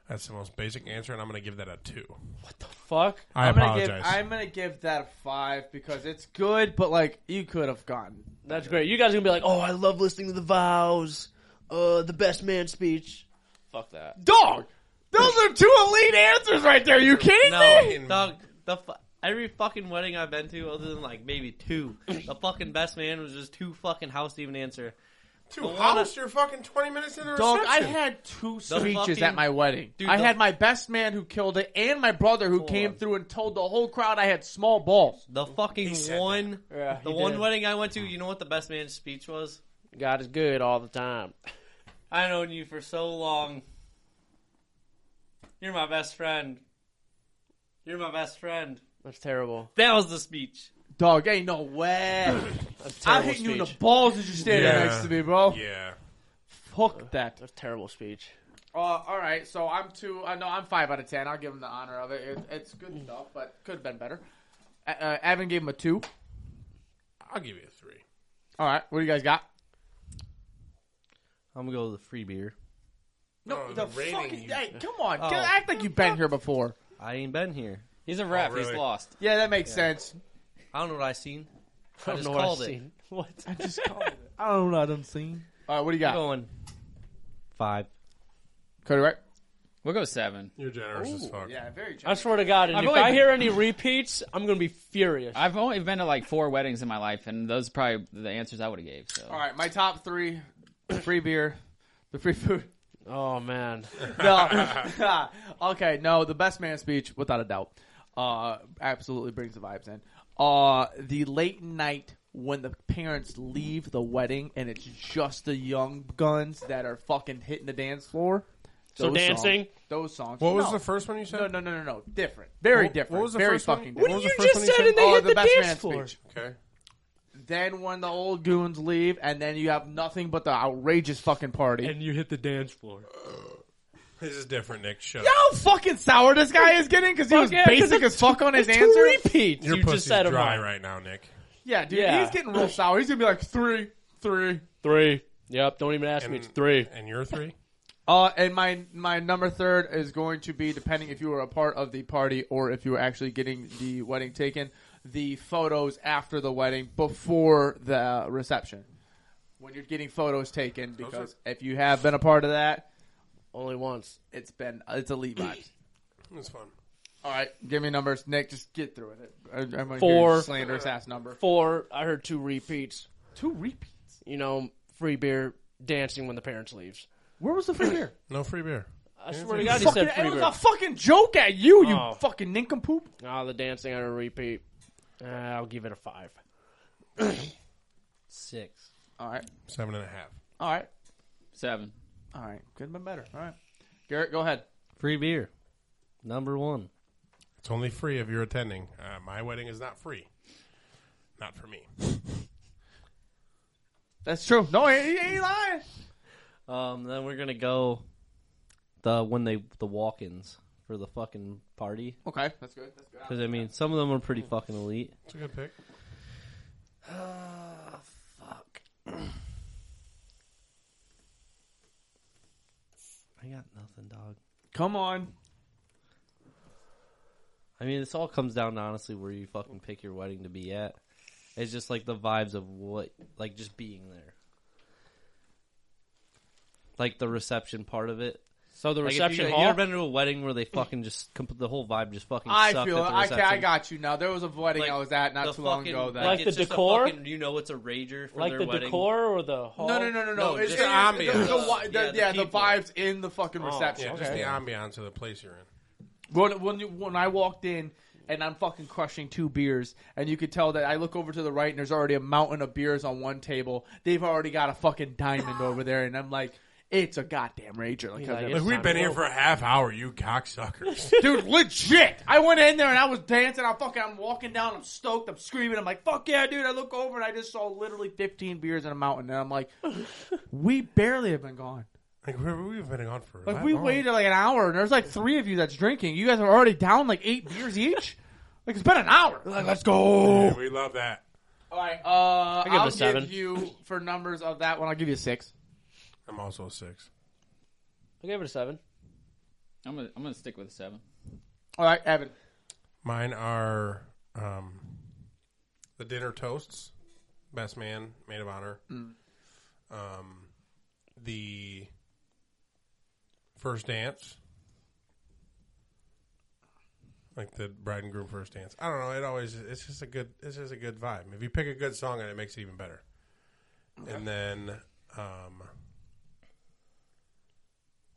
S3: That's the most basic answer, and I'm going to give that a two.
S6: Fuck.
S3: I
S1: am
S3: apologize.
S1: Gonna give, I'm gonna give that a five because it's good, but like you could have gotten.
S6: That's great. You guys are gonna be like, oh, I love listening to the vows, uh, the best man speech. Fuck that.
S1: Dog, those are two elite answers right there. You kidding
S4: No, dog. The fu- every fucking wedding I've been to, other than like maybe two, the fucking best man was just two fucking house even answer.
S3: Two hours, you're fucking 20 minutes into
S1: Dog, I
S3: reception.
S1: had two speeches
S4: fucking-
S1: at my wedding.
S4: Dude,
S1: I
S4: the-
S1: had my best man who killed it, and my brother who came
S4: on.
S1: through and told the whole crowd I had small balls.
S4: The fucking
S3: said
S4: one,
S6: Yeah,
S4: the one wedding I went to. You know what the best man's speech was?
S6: God is good all the time.
S4: I've known you for so long. You're my best friend. You're my best friend.
S6: That's terrible.
S4: That was the speech.
S1: Dog, ain't no way.
S6: That's
S1: I'm
S6: terrible
S1: hitting you in the
S6: speech.
S1: balls as you stand
S3: Yeah.
S1: there next to me, bro.
S3: Yeah.
S1: Fuck that.
S6: That's terrible speech.
S1: Uh, all right, so I'm two. Uh, no, I'm five out of ten. I'll give him the honor of it. it it's good enough, but could have been better. Uh, Uh, Evan gave him a two.
S3: I'll give you a three.
S1: All right, what do you guys got?
S4: I'm gonna go with the free beer.
S1: No,
S3: Oh,
S1: the,
S3: the rating
S1: fucking.
S3: you-
S1: Hey, come on,
S4: Oh.
S1: get- act like you've been here before.
S4: I ain't been here.
S2: He's
S1: Oh,
S2: a ref. He's
S3: really?
S2: lost.
S1: Yeah, that makes sense.
S4: I don't know what I seen. I,
S6: I don't
S4: just
S6: know what I've
S4: called it.
S6: seen. What?
S1: I just called it. I don't know what I'm seeing. All right, what do you
S4: I'm
S1: got,
S4: going five.
S1: Cody? Right?
S5: We'll go seven.
S3: You're generous as fuck.
S1: Yeah, very.
S6: I swear to God, and
S5: I've
S6: if
S5: only-
S6: I hear any repeats, I'm gonna be furious.
S5: I've only been to like four weddings in my life, and those are probably the answers I would have gave. So
S1: All right, my top three: free beer, the free food.
S6: oh man,
S1: No. okay, no, the best man speech, without a doubt. Uh, absolutely brings the vibes in. Uh, the late night when the parents leave the wedding and it's just the young guns that are fucking hitting the dance floor.
S6: So
S1: Those songs-
S6: dancing?
S1: those songs.
S3: What was
S1: No.
S3: the first one you said?
S1: No, no, no, no, no. Different. Very
S3: What-
S1: different.
S3: What was the
S1: Very
S3: first
S1: fucking
S3: one?
S1: different.
S3: What was the
S6: you
S3: first
S6: just
S3: one
S6: said in the-
S1: oh,
S6: hit
S1: the best
S6: dance
S1: man
S6: floor.
S1: speech.
S3: Okay.
S1: Then when the old goons leave, and then you have nothing but the outrageous fucking party.
S6: you hit the dance floor.
S3: This is different, Nick. Shut
S1: you
S3: up.
S1: know how fucking sour this guy is getting because he was
S6: yeah, 'cause
S1: basic
S6: it's-
S1: as fuck on his
S6: it's two
S1: answer.
S6: Repeats.
S3: Your
S6: you
S3: pussy's
S6: just said 'em
S3: dry
S6: all.
S3: right now, Nick.
S1: Yeah, dude,
S6: Yeah.
S1: he's getting real sour. He's gonna be like three, three.
S6: Three. Yep. Don't even ask me. It's three.
S3: And you're three?
S1: Uh, and my my number third is going to be depending if you were a part of the party or if you were actually getting the wedding taken. The photos after the wedding, before the reception, when you're getting photos taken,
S3: are-
S1: because if you have been a part of that,
S6: Only once.
S1: it's been it's elite vibes.
S3: That's fun.
S1: All right, give me numbers, Nick. Just get through with it. I- I'm gonna hear your
S6: Four.
S1: slanderous ass number.
S6: Four. I heard two repeats.
S1: Two repeats.
S6: You know, free beer, dancing when the parents leaves.
S1: Where was the free beer?
S3: No free beer.
S6: I
S3: Yeah,
S6: swear to
S3: it's
S6: God, he
S1: fucking,
S6: said free
S1: it was
S6: beer.
S1: a fucking joke at you, you
S6: Oh.
S1: fucking nincompoop.
S6: Ah, the dancing I heard repeat. Uh, I'll give it a five.
S4: Six.
S1: All right,
S3: Seven and a half.
S1: all right,
S5: seven.
S1: all right. Could have been better. All right, Garrett, go ahead.
S4: Free beer. Number one.
S3: It's only free if you're attending. Uh, my wedding is not free. Not for me.
S1: That's true. No, he, he ain't lying.
S4: Um, then we're gonna go the when they the walk-ins for the fucking party
S1: Okay, that's good. That's good.
S4: because I mean some of them are pretty fucking elite.
S3: It's a good pick.
S4: Fuck. I got nothing, dog.
S1: Come on.
S4: I mean, this all comes down to honestly where you fucking pick your wedding to be at. It's just like the vibes of what, like just being there. Like the reception part of it.
S6: So the
S4: Like if you,
S6: reception
S4: have you
S6: hall.
S4: ever been to a wedding where they fucking just comp- the whole vibe just fucking?
S1: I
S4: sucked
S1: feel.
S4: At the
S1: Okay, I
S4: reception?
S1: got you now. There was a wedding
S4: Like,
S1: I was at
S4: the
S1: not too long
S4: fucking-
S1: ago. That
S6: Like
S4: it's
S6: the
S4: just a
S6: decor?
S4: fucking- you know, it's a rager for
S6: like
S4: their
S6: the
S4: wedding.
S6: decor or the hall?
S1: no, no, no, no, no.
S4: No,
S1: it's
S4: just
S1: it-
S3: the
S1: it- it was
S3: ambiance.
S1: wi- the-
S4: Yeah, the
S1: yeah, the,
S4: people.
S1: vibes in the fucking reception.
S3: Oh, Yeah, just the ambiance of the place you're in.
S1: When when, you, when I walked in and I'm fucking crushing two beers, and you could tell that I look over to the right and there's already a mountain of beers on one table. They've already got a fucking diamond over there, and I'm like, it's a goddamn rager. Like,
S6: like,
S1: I'm-
S6: it's
S3: Like, we've
S6: time
S3: been
S6: to
S3: here
S6: go.
S3: for a half hour, you cocksuckers.
S1: dude, legit. I went in there and I was dancing. I'm fucking, I'm walking down. I'm stoked. I'm screaming. I'm like, fuck yeah, dude. I look over and I just saw literally 15 beers in a mountain, and I'm like, we barely have been gone.
S3: like, we- we've been gone for
S1: Like
S3: that
S1: we
S3: long.
S1: waited like an hour, and there's like three of you that's drinking. You guys are already down like eight beers each. Like it's been an hour. Like let's go.
S3: Yeah, we love that.
S1: All right, uh,
S6: give it a
S1: I'll
S6: seven.
S1: give you for numbers of that one. I'll give you a six.
S3: I'm also a six.
S6: I gave it a seven.
S5: I'm gonna I'm gonna stick with a seven.
S1: All right, Evan.
S3: Mine are um, the dinner toasts, best man, maid of honor, um, the first dance, like the bride and groom first dance. I don't know. It always it's just a good it's just a good vibe. If you pick a good song, and it makes it even better. And then um,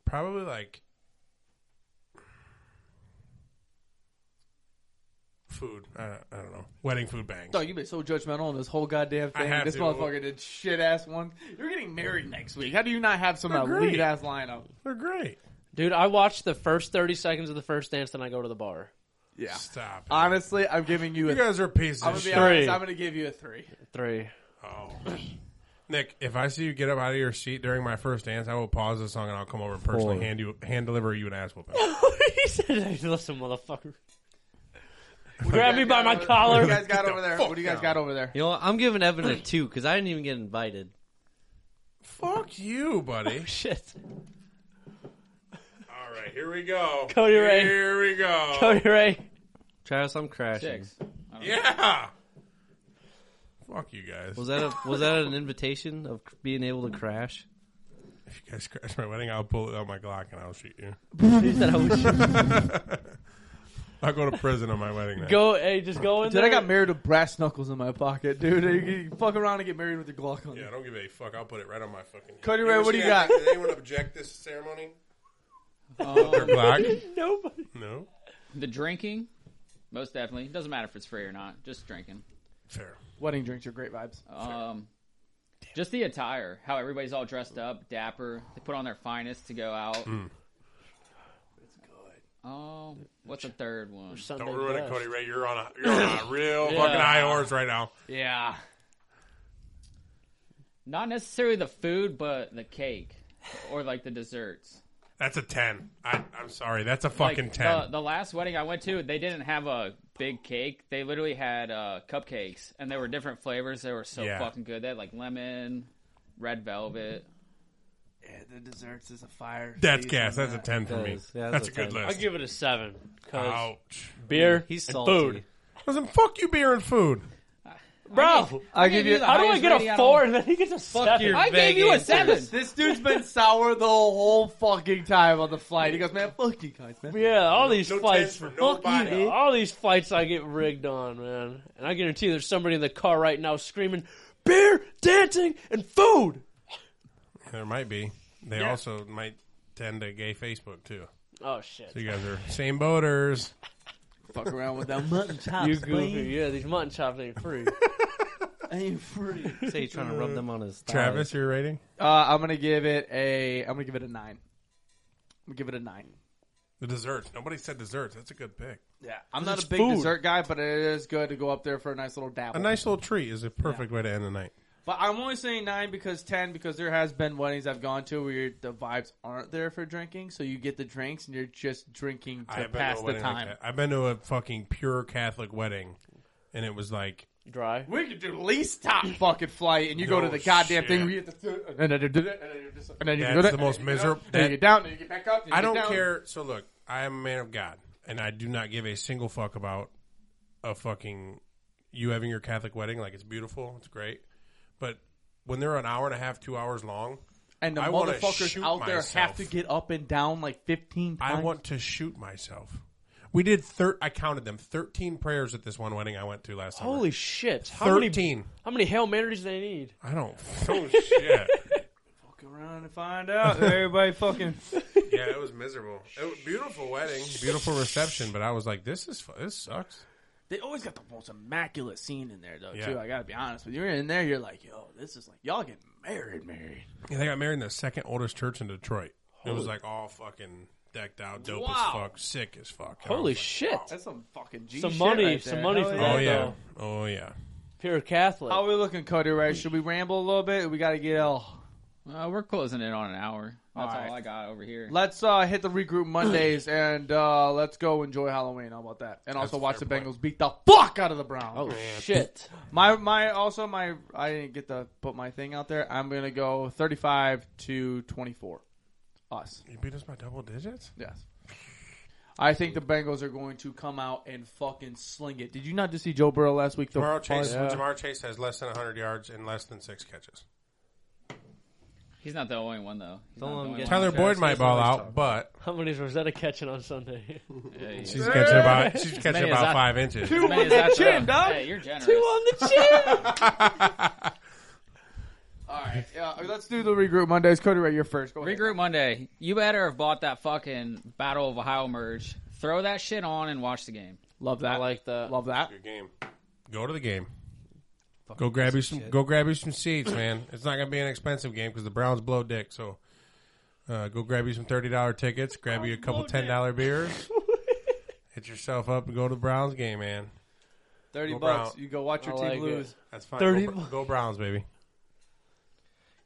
S3: probably like food. I don't, I don't know. Wedding food bangs.
S1: Dog, you've been so judgmental on this whole goddamn
S3: I
S1: thing.
S3: have
S1: This
S3: to.
S1: motherfucker did shit ass one. You're getting married next week. How do you not have some
S3: They're great.
S1: elite ass lineup?
S3: They're great.
S6: Dude, I watch the first 30 seconds of the first dance, then I go to the bar.
S1: Yeah.
S3: Stop. it.
S1: Honestly, I'm giving you a.
S3: uh, You guys are pieces
S1: I'm gonna
S3: of shit.
S1: be honest. I'm gonna give you a three.
S6: Three.
S3: Oh. Nick, if I see you get up out of your seat during my first dance, I will pause the song and I'll come over and personally
S4: Four.
S3: hand you hand deliver you an ass whooping.
S6: he said, hey, listen, motherfucker. Grab me by my collar.
S1: What do you guys got
S3: Get the
S1: over there?
S3: fuck
S1: What do you guys
S3: down.
S1: got over there?
S4: You know, what? I'm giving Evan a two because I didn't even get invited.
S3: Fuck you, buddy.
S6: Shit.
S3: All right, here we go.
S6: Cody Ray.
S3: Here we go.
S6: Cody Ray.
S4: Travis, I'm crashing.
S5: Six.
S3: Yeah. Fuck you guys.
S4: Was that a was that an invitation of c- being able to crash?
S3: if you guys scratch my wedding, I'll pull out my Glock and I'll shoot you.
S4: He said I was-
S3: I'll go to prison on my wedding night.
S6: Go, hey, just go in
S1: Dude,
S6: there.
S1: I got married with brass knuckles in my pocket, dude. You, you fuck around and get married with your Glock on.
S3: Yeah, I don't give a fuck. I'll put it right on my fucking.
S1: Cody Ray, what do you got?
S3: Did anyone object this ceremony?
S5: Um,
S3: Glock?
S6: Nobody.
S3: no.
S5: the drinking, most definitely. Doesn't matter if it's free or not. Just drinking.
S3: Fair.
S1: Wedding drinks are great vibes.
S5: Um, just the attire, how everybody's all dressed up, dapper. They put on their finest to go out.
S1: Hmm.
S5: Oh, what's the third one?
S6: Sunday
S3: Don't ruin it,
S6: best.
S3: Cody Ray. You're on a you're on a real fucking high horse right now.
S5: Yeah. Not necessarily the food, but the cake or like the desserts.
S3: That's a ten. I, I'm sorry. That's a fucking
S5: like,
S3: ten.
S5: The, the last wedding I went to, they didn't have a big cake. They literally had uh, cupcakes, and they were different flavors. They were so
S3: Yeah.
S5: fucking good. They had like lemon, red velvet.
S1: Yeah, the desserts is a fire.
S3: that's gas. That's a ten for
S4: That
S3: me.
S4: is- yeah,
S3: that's
S4: that's
S3: a
S4: a
S3: good
S4: 10.
S6: I'll
S3: list.
S6: give it a seven. Cause
S3: Ouch.
S6: beer
S4: He's
S6: and
S4: salty.
S6: food.
S3: Listen, fuck you, beer and food.
S6: Bro,
S1: I give you.
S6: how do I
S5: highest
S6: get
S5: rating
S6: a
S5: out
S6: four
S5: of-
S6: and then he gets a seven?
S4: your
S5: I gave you a seven.
S1: This dude's been sour the whole fucking time on the flight. He goes, man, fuck you guys, man.
S6: Yeah, all these
S3: no
S6: fights.
S3: tens for
S6: Fuck
S3: nobody.
S6: you, all these fights I get rigged on, man. And I guarantee there's somebody in the car right now screaming, beer, dancing, and food.
S3: There might be. They also might tend to gay Facebook too.
S6: Oh shit.
S3: So you guys are same boaters.
S1: Fuck around with that mutton chops.
S6: You goofy, yeah. These mutton chops ain't free.
S1: I ain't free.
S4: Say he's trying to rub them on his thighs.
S3: Travis, your rating?
S1: Uh, I'm gonna give it a. I'm gonna give it a nine. I'm gonna give it a nine.
S3: The desserts. Nobody said desserts. That's a good pick.
S1: Yeah, I'm not
S3: it's
S1: a big
S3: food.
S1: dessert guy, but it is good to go up there for a nice little dabble.
S3: A nice little treat is a perfect way to end the night.
S1: But I'm only saying nine because ten because there has been weddings I've gone to where the vibes aren't there for drinking, so you get the drinks and you're just drinking to
S3: I've been to
S1: pass
S3: a
S1: the
S3: wedding like
S1: time.
S3: that. I've been to a fucking pure Catholic wedding, and it was like
S6: Dry.
S1: we could do at least top fucking flight, and you go to
S3: No
S1: the goddamn
S3: shit.
S1: thing. Where you have to, and then you do that, and then you just, and then you
S3: That's
S1: do that,
S3: the most
S1: and then you
S3: miserable-
S1: Go, then you
S3: that-
S1: get down, then you get back up. then you get
S3: I don't
S1: down.
S3: care. So look, I am a man of God, and I do not give a single fuck about a fucking you having your Catholic wedding. Like it's beautiful, it's great, but when they're an hour and a half, two hours long,
S1: And the
S3: I wanna
S1: motherfuckers
S3: shoot
S1: out there
S3: myself.
S1: have to get up and down like 15 times.
S3: I want to shoot myself. We did thir- I counted them thirteen prayers at this one wedding I went to last summer.
S6: Holy shit! How many?
S3: thirteen!
S6: How many Hail Marys they need?
S3: I don't. Oh shit!
S1: Fuck around and find out. Everybody fucking.
S3: Yeah, it was miserable. It was beautiful wedding, beautiful reception, but I was like, this is fu- this sucks.
S1: They always got the most immaculate scene in there, though,
S3: Yeah.
S1: too. I gotta be honest with you. You're in there, you're like, yo, this is like, y'all getting married, married.
S3: Yeah, they got married in the second oldest church in Detroit. It was like all fucking decked out, dope as
S1: Wow.
S3: fuck, sick as fuck. And I
S6: Holy
S3: was like,
S6: shit!
S1: That's some fucking G
S6: Some
S1: shit
S6: money,
S1: right
S6: some
S1: there.
S6: money
S1: Hell
S6: for
S3: Oh
S6: that.
S3: yeah,
S6: though.
S3: oh yeah.
S6: Pure Catholic.
S1: How are we looking, Cody? Right? Should we ramble a little bit? We gotta get L.
S5: Uh, we're closing in on an hour. That's all,
S1: All right.
S5: I got over here.
S1: Let's uh, hit the regroup Mondays and uh, let's go enjoy Halloween. How about that? And also
S3: a
S1: watch
S3: fair
S1: the
S3: point.
S1: Bengals beat the fuck out of the Browns.
S6: Oh shit!
S1: My my also my I didn't get to put my thing out there. I'm gonna go 35 to 24. Us.
S3: You beat us by double digits.
S1: Yes. I think the Bengals are going to come out and fucking sling it. Did you not just see Joe Burrow last week? The
S3: Jamar Chase,
S1: Yeah.
S3: Jamar Chase has less than 100 yards and less than six catches.
S5: He's not the only one though. He's
S4: Don't
S5: not the
S4: let him
S5: only
S4: get-
S5: one.
S3: Tyler
S4: Jarrett
S3: Boyd
S4: Smith
S3: might ball
S4: always
S3: out,
S4: talks.
S3: but
S6: How many is Rosetta catching on Sunday?
S5: Yeah, yeah.
S3: she's catching about she's catching
S5: as
S3: about
S5: I-
S3: five inches.
S1: Two
S5: Man,
S1: on
S5: is
S1: the
S5: that the-
S1: chin, dog.
S5: Hey, you're generous.
S6: the chin.
S1: All right, yeah, let's do the regroup Mondays. Cody, right, you're first. Go ahead.
S5: Regroup Monday. You better have bought that fucking Battle of Ohio merge. Throw that shit on and watch the game.
S1: Love that.
S6: I like that.
S1: Love that.
S3: Your game. Go to the game. Go grab you some. Go grab you some seats, man. It's not going to be an expensive game because the Browns blow dick. So, uh, go grab you some thirty dollar tickets. Grab you a couple ten dollar beers. Hit yourself up and go to the Browns game, man.
S1: Thirty
S3: Go
S1: bucks.
S3: Brown.
S1: You go watch your
S6: I
S1: team
S6: like it.
S1: lose.
S3: That's fine.
S6: 30
S3: Go, Br- go Browns, baby.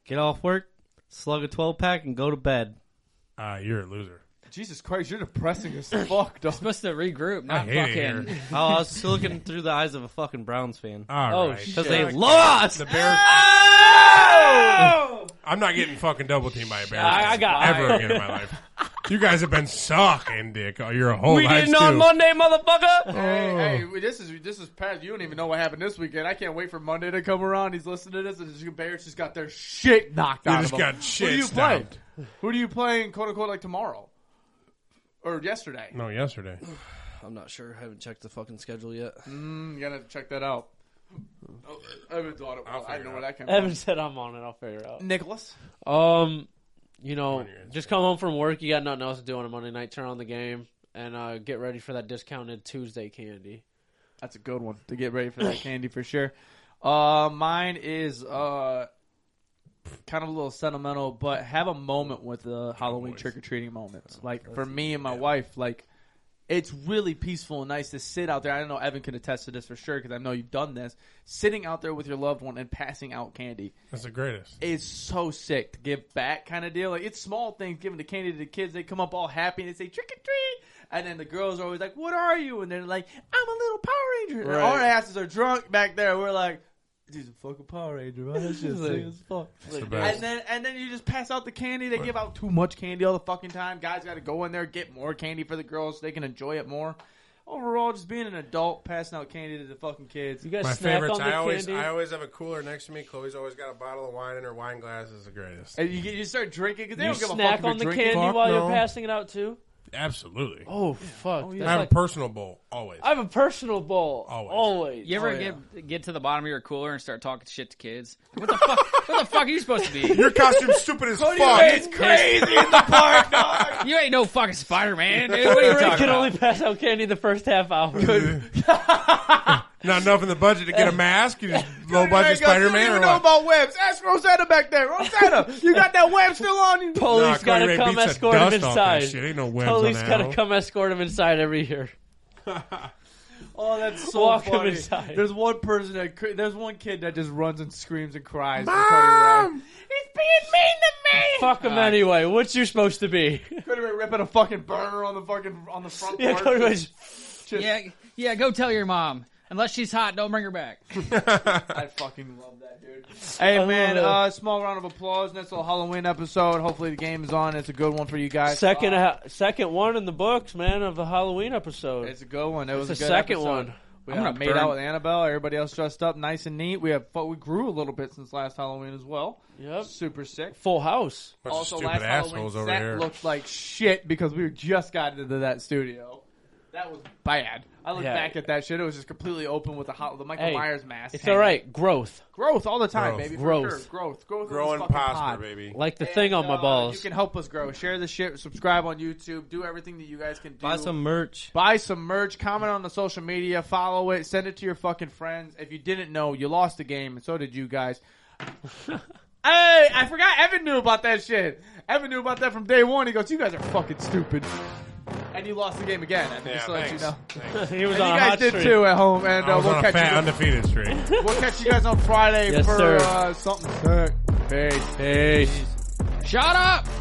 S4: Get off work, slug a 12 pack, and go to bed.
S3: Uh, you're a loser.
S1: Jesus Christ, you're depressing as fuck, dog.
S5: Supposed to regroup,
S3: I
S5: not
S3: hate it
S5: fucking.
S3: here.
S4: Oh, I was still looking through the eyes of a fucking Browns fan.
S3: All
S6: Oh,
S3: right.
S6: shit.
S4: Because they lost!
S3: The Bears. I'm not getting fucking double teamed by a Bears.
S6: I- I got-
S3: ever again in my life. You guys have been sucking dick all your whole
S6: We
S3: lives
S6: didn't on
S3: too. Oh.
S6: Monday, motherfucker.
S1: Hey, hey, this is this is Pat. You don't even know what happened this weekend. I can't wait for Monday to come around. He's listening to this, and just, Bears just got their shit knocked
S3: You
S1: out
S3: just
S1: of them.
S3: got shit
S1: Who do you play?
S3: stomped.
S1: Who do you playing? Quote unquote, like tomorrow or yesterday.
S3: No, yesterday.
S4: I'm not sure. I haven't checked the fucking schedule yet.
S1: Mm, you gotta check that out. Oh, I haven't thought of.
S3: I'll
S1: I don't know where
S3: figure
S1: that came
S6: Evan
S1: from.
S6: said I'm on it. I'll figure it out.
S1: Nicholas,
S6: Um, you know,
S3: on your Instagram.
S6: just come home from work. You got nothing else to do on a Monday night. Turn on the game and uh, get ready for that discounted Tuesday candy.
S1: that's a good one to get ready for that candy for sure. Uh, mine is uh, kind of a little sentimental, but have a moment with the Halloween trick or treating moments. Like for me and my wife, like it's really peaceful and nice to sit out there. I know Evan can attest to this for sure because I know you've done this. Sitting out there with your loved one and passing out candy
S3: That's the greatest.
S1: is so sick to give back kind of deal. Like it's small things giving the candy to the kids. They come up all happy and they say trick or treat, and then the girls are always like, "What are you?" And they're like, "I'm a little Power Ranger." And our asses are drunk back there. We're like, "Dude, a fucking Power Ranger, man. That's just sick as fuck."
S3: It's the
S1: And
S3: best.
S1: then and then you just pass out the candy. They give out too much candy all the fucking time. Guys got to go in there get more candy for the girls so they can enjoy it more. Overall, just being an adult passing out candy to the fucking kids.
S6: You guys
S3: My
S6: snack
S3: favorites.
S6: on the
S3: I always,
S6: candy.
S3: I always have a cooler next to me. Chloe's always got a bottle of wine in her wine glass. Is the greatest.
S1: And you, get- you start drinking because they
S6: you
S1: don't give a fuck
S6: snack
S1: if you're
S6: on the
S1: drinking.
S6: candy
S3: Fuck
S6: while
S3: no.
S6: you're passing it out too.
S3: Absolutely.
S6: Oh fuck!
S3: I have a personal bowl always.
S6: I have a personal bowl.
S3: Always.
S6: Always. Always.
S5: You ever
S1: Oh, yeah.
S5: get get to the bottom of your cooler and start talking shit to kids? What the fuck? what the fuck are you supposed to be?
S3: Your costume's stupid as fuck.
S1: It's crazy in the park, dog.
S5: You ain't no fucking Spider Man, dude. What are you
S6: Ray
S5: talking
S6: can
S5: about?
S6: only pass out candy the first half hour.
S3: Not enough in the budget to get a mask. You just low budget Spider Man
S1: You don't
S3: or
S1: know
S3: what?
S1: about webs. Ask Rosetta back there. Rosetta, you got that web still on you?
S3: Nah,
S6: Police
S3: Cody
S6: gotta
S3: Ray
S6: come
S3: beats the
S6: escort him
S3: dust off that
S6: inside.
S3: Shit. Ain't no webs on
S6: Police
S3: that
S6: gotta
S3: hoe.
S6: come escort him inside every year.
S1: Oh, that's so
S6: Walk him
S1: funny.
S6: inside.
S1: There's one person that cr- there's one kid that just runs and screams and cries. for Cody
S3: Mom!
S1: Ray. He's being mean to me.
S6: Fuck him anyway. What you supposed to be?
S1: Cody Ray ripping a fucking burner on the fucking on the front
S6: yeah,
S1: porch.
S6: Cody Ray's-
S1: Just-
S5: Yeah, yeah. Go tell your mom. Unless she's hot, don't bring her back.
S1: I fucking love that dude. Hey man, uh, small round of applause. Next little Halloween episode. Hopefully the game is on. It's a good one for you guys.
S6: second
S1: Uh,
S6: ha- second one in the books, man, of the Halloween episode.
S1: It's a good one. It was
S6: It's
S1: a
S6: the
S1: good
S6: second
S1: episode.
S6: one.
S1: We
S5: I'm
S1: uh,
S5: gonna
S1: made
S5: burn-
S1: out with Annabelle. Everybody else dressed up, nice and neat. We have fu- we grew a little bit since last Halloween as well.
S6: Yep.
S1: Super sick.
S6: Full house.
S3: Bunch of
S1: also,
S3: stupid
S1: last Halloween
S3: assholes over
S1: set
S3: here.
S1: looked like shit because we just got into that studio. That was bad. I look
S6: Yeah.
S1: back at that shit. It was just completely open with the ho- the Michael
S6: Hey,
S1: Myers mask.
S6: It's
S1: hanging.
S6: all right. Growth,
S1: Growth all the time,
S3: Growth.
S1: baby. for sure.
S6: Growth.
S1: growth, growth, of
S3: Growing
S1: this fucking
S3: prosper,
S1: pod.
S3: baby.
S6: like the thing on
S1: And,
S6: my
S1: uh, You
S6: balls.
S1: can help us grow. Share the shit. Subscribe on YouTube. Do everything that you guys can do.
S4: Buy some merch.
S1: Buy some merch, comment on the social media, follow it, send it to your fucking friends. If you didn't know, you lost the game, and so did you guys. hey, I forgot Evan knew about that shit. Evan knew about that from day one. He goes, You guys are fucking stupid. And you lost the game again. I
S3: Yeah,
S1: just to let you
S3: thanks.
S1: know.
S6: he was
S1: And
S6: on
S1: you
S6: a
S1: guys
S6: hot
S1: did
S6: streak.
S1: too at home, and
S3: I
S1: uh,
S3: was
S1: we'll,
S3: on a
S1: catch
S3: fat
S1: you,
S3: undefeated streak.
S1: we'll catch you guys on Friday
S6: Yes,
S1: for
S6: sir.
S1: uh, something sick. Peace. Peace.
S5: Shut up.